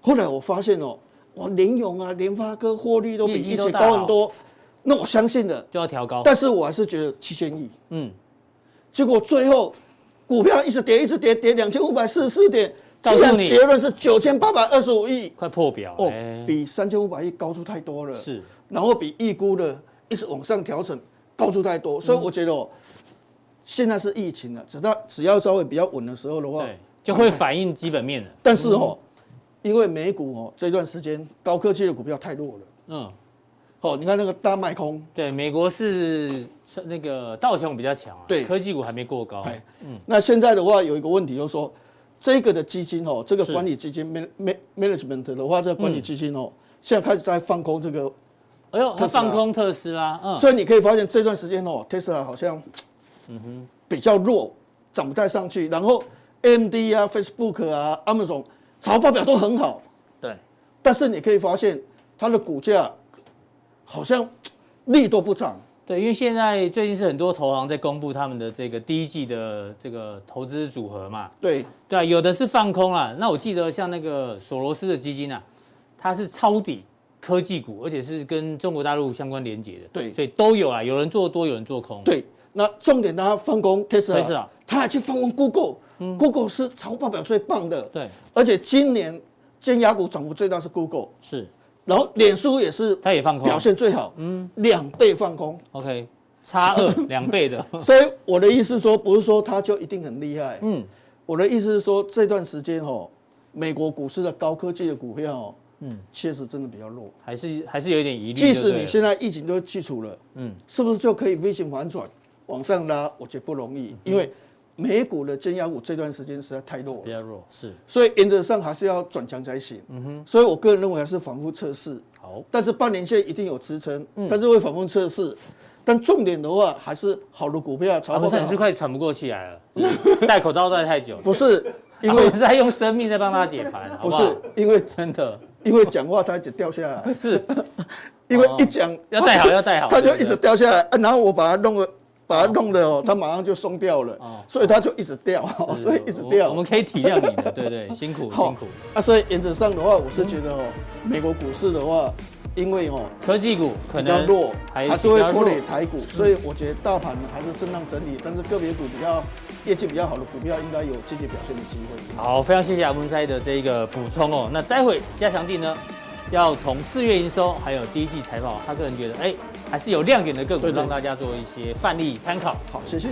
[SPEAKER 4] 后来我发现哦，我联咏啊、联发科获利都比
[SPEAKER 2] 业绩
[SPEAKER 4] 以
[SPEAKER 2] 都
[SPEAKER 4] 前
[SPEAKER 2] 大好
[SPEAKER 4] 高很多，那我相信的，
[SPEAKER 2] 就要调高，
[SPEAKER 4] 但是我还是觉得七千亿，
[SPEAKER 2] 嗯，
[SPEAKER 4] 结果最后股票一直跌，一直跌，跌两千五百四十四点，
[SPEAKER 2] 告诉
[SPEAKER 4] 竟然
[SPEAKER 2] 你
[SPEAKER 4] 结论是九千八百二十五亿。
[SPEAKER 2] 快破表，
[SPEAKER 4] 哦
[SPEAKER 2] 哎，
[SPEAKER 4] 比三千五百亿高出太多了，，
[SPEAKER 2] 是
[SPEAKER 4] 然后比预估的一直往上调整高出太多，所
[SPEAKER 2] 嗯
[SPEAKER 4] 以我觉得哦，现在是疫情了，只要只要稍微比较稳的时候的话，
[SPEAKER 2] 对，嗯就会反映基本面的，
[SPEAKER 4] 但是哦，因为美股哦这段时间高科技的股票太弱了，
[SPEAKER 2] 嗯。
[SPEAKER 4] 哦，你看那个大卖空，
[SPEAKER 2] 对，美国是那个道琼比较强啊，
[SPEAKER 4] 对
[SPEAKER 2] 科技股还没过高。
[SPEAKER 4] 哎，
[SPEAKER 2] 嗯
[SPEAKER 4] 那现在的话有一个问题就是说，这个的基金哦，这个
[SPEAKER 2] 是嗯
[SPEAKER 4] 管理基金 man man- management 的话，这个管理基金哦，现在开始在放空这个
[SPEAKER 2] 哎呦，它
[SPEAKER 4] 特斯拉
[SPEAKER 2] 放空特斯拉，嗯，
[SPEAKER 4] 所以你可以发现这段时间哦，Tesla 好像，嗯哼，比较弱，涨不太上去。然后 AMD 啊、Facebook 啊、Amazon 财报表都很好，
[SPEAKER 2] 对，
[SPEAKER 4] 但是你可以发现它的股价好像利都不涨。
[SPEAKER 2] 对，因为现在最近是很多投行在公布他们的这个第一季的这个投资组合嘛，
[SPEAKER 4] 对，
[SPEAKER 2] 对啊，有的是放空啦。那我记得像那个索罗斯的基金啊，它是抄底科技股，而且是跟中国大陆相关连接的。
[SPEAKER 4] 对
[SPEAKER 2] 所以都有啊，有人做多，有人做空。，
[SPEAKER 4] 对，那重点他放空 Tesla，
[SPEAKER 2] Tesla 嗯
[SPEAKER 4] 他还去放空 Google，Google 是超报表最棒的，
[SPEAKER 2] 对，
[SPEAKER 4] 而且今年尖牙股涨幅最大是 Google，
[SPEAKER 2] 是，
[SPEAKER 4] 然后脸书也是
[SPEAKER 2] 它也放空。
[SPEAKER 4] 表现最好，嗯，两倍放空，
[SPEAKER 2] OK，差二两倍的。
[SPEAKER 4] 所以我的意思说，不是说它就一定很厉害，
[SPEAKER 2] 嗯，
[SPEAKER 4] 我的意思是说这段时间哦，美国股市的高科技的股票，嗯，确实真的比较弱，
[SPEAKER 2] 还是还是有一点疑虑。
[SPEAKER 4] 即
[SPEAKER 2] 就
[SPEAKER 4] 使
[SPEAKER 2] 对
[SPEAKER 4] 你
[SPEAKER 2] 了
[SPEAKER 4] 现在疫情都去除了，
[SPEAKER 2] 嗯
[SPEAKER 4] 嗯，是不是就可以 V 型反转往上拉？我觉得不容易，因为美股的尖牙股这段时间实在太弱
[SPEAKER 2] 比
[SPEAKER 4] 了，
[SPEAKER 2] 较弱，是
[SPEAKER 4] 所以原则上还是要转强才行。嗯哼，所以我个人认为还是反复测试，
[SPEAKER 2] 好。
[SPEAKER 4] 但是半年线一定有支撑，但是会反复测试。但重点的话，还是好的股票，
[SPEAKER 2] 阿
[SPEAKER 4] 炒
[SPEAKER 2] 啊不
[SPEAKER 4] 股
[SPEAKER 2] 是，你是快喘不过气来了，是不是戴口罩戴太久，
[SPEAKER 4] 不 是因
[SPEAKER 2] 阿
[SPEAKER 4] 为
[SPEAKER 2] 文是在用生命在帮他解盘， 好
[SPEAKER 4] 不
[SPEAKER 2] 好
[SPEAKER 4] 是因为
[SPEAKER 2] 真 的
[SPEAKER 4] 因为讲话它一直掉下来，
[SPEAKER 2] 是
[SPEAKER 4] 因为
[SPEAKER 2] 哦
[SPEAKER 4] 一讲
[SPEAKER 2] 要戴好要戴好，
[SPEAKER 4] 它就
[SPEAKER 2] 对不
[SPEAKER 4] 一直
[SPEAKER 2] 对
[SPEAKER 4] 掉下来，啊然后我把它弄了，把它弄了哦，它马上就松掉
[SPEAKER 2] 哦
[SPEAKER 4] 了，所以它就一直掉，
[SPEAKER 2] 是
[SPEAKER 4] 哦 所以一直
[SPEAKER 2] 我
[SPEAKER 4] 掉。
[SPEAKER 2] 我们可以体谅你的，对 对，辛苦
[SPEAKER 4] 好
[SPEAKER 2] 辛苦。
[SPEAKER 4] 啊，所以原则上的话，我是觉得哦，美国股市的话，因为哦
[SPEAKER 2] 科技股可
[SPEAKER 4] 比较
[SPEAKER 2] 能
[SPEAKER 4] 弱，
[SPEAKER 2] 还
[SPEAKER 4] 还是
[SPEAKER 2] 比
[SPEAKER 4] 会
[SPEAKER 2] 较
[SPEAKER 4] 拖
[SPEAKER 2] 弱嗯
[SPEAKER 4] 累台股，所以我觉得大盘还是震荡整理，但是个别股比较业绩比较好的股票，应该有积极表现的机会。
[SPEAKER 2] 好，非常谢谢阿文塞的这一个补充哦。那待会加强地呢，要从四月营收还有第一季财报，他个人觉得哎、还是有亮点的个股，
[SPEAKER 4] 对对
[SPEAKER 2] 让大家做一些范例参考。
[SPEAKER 4] 好，谢谢。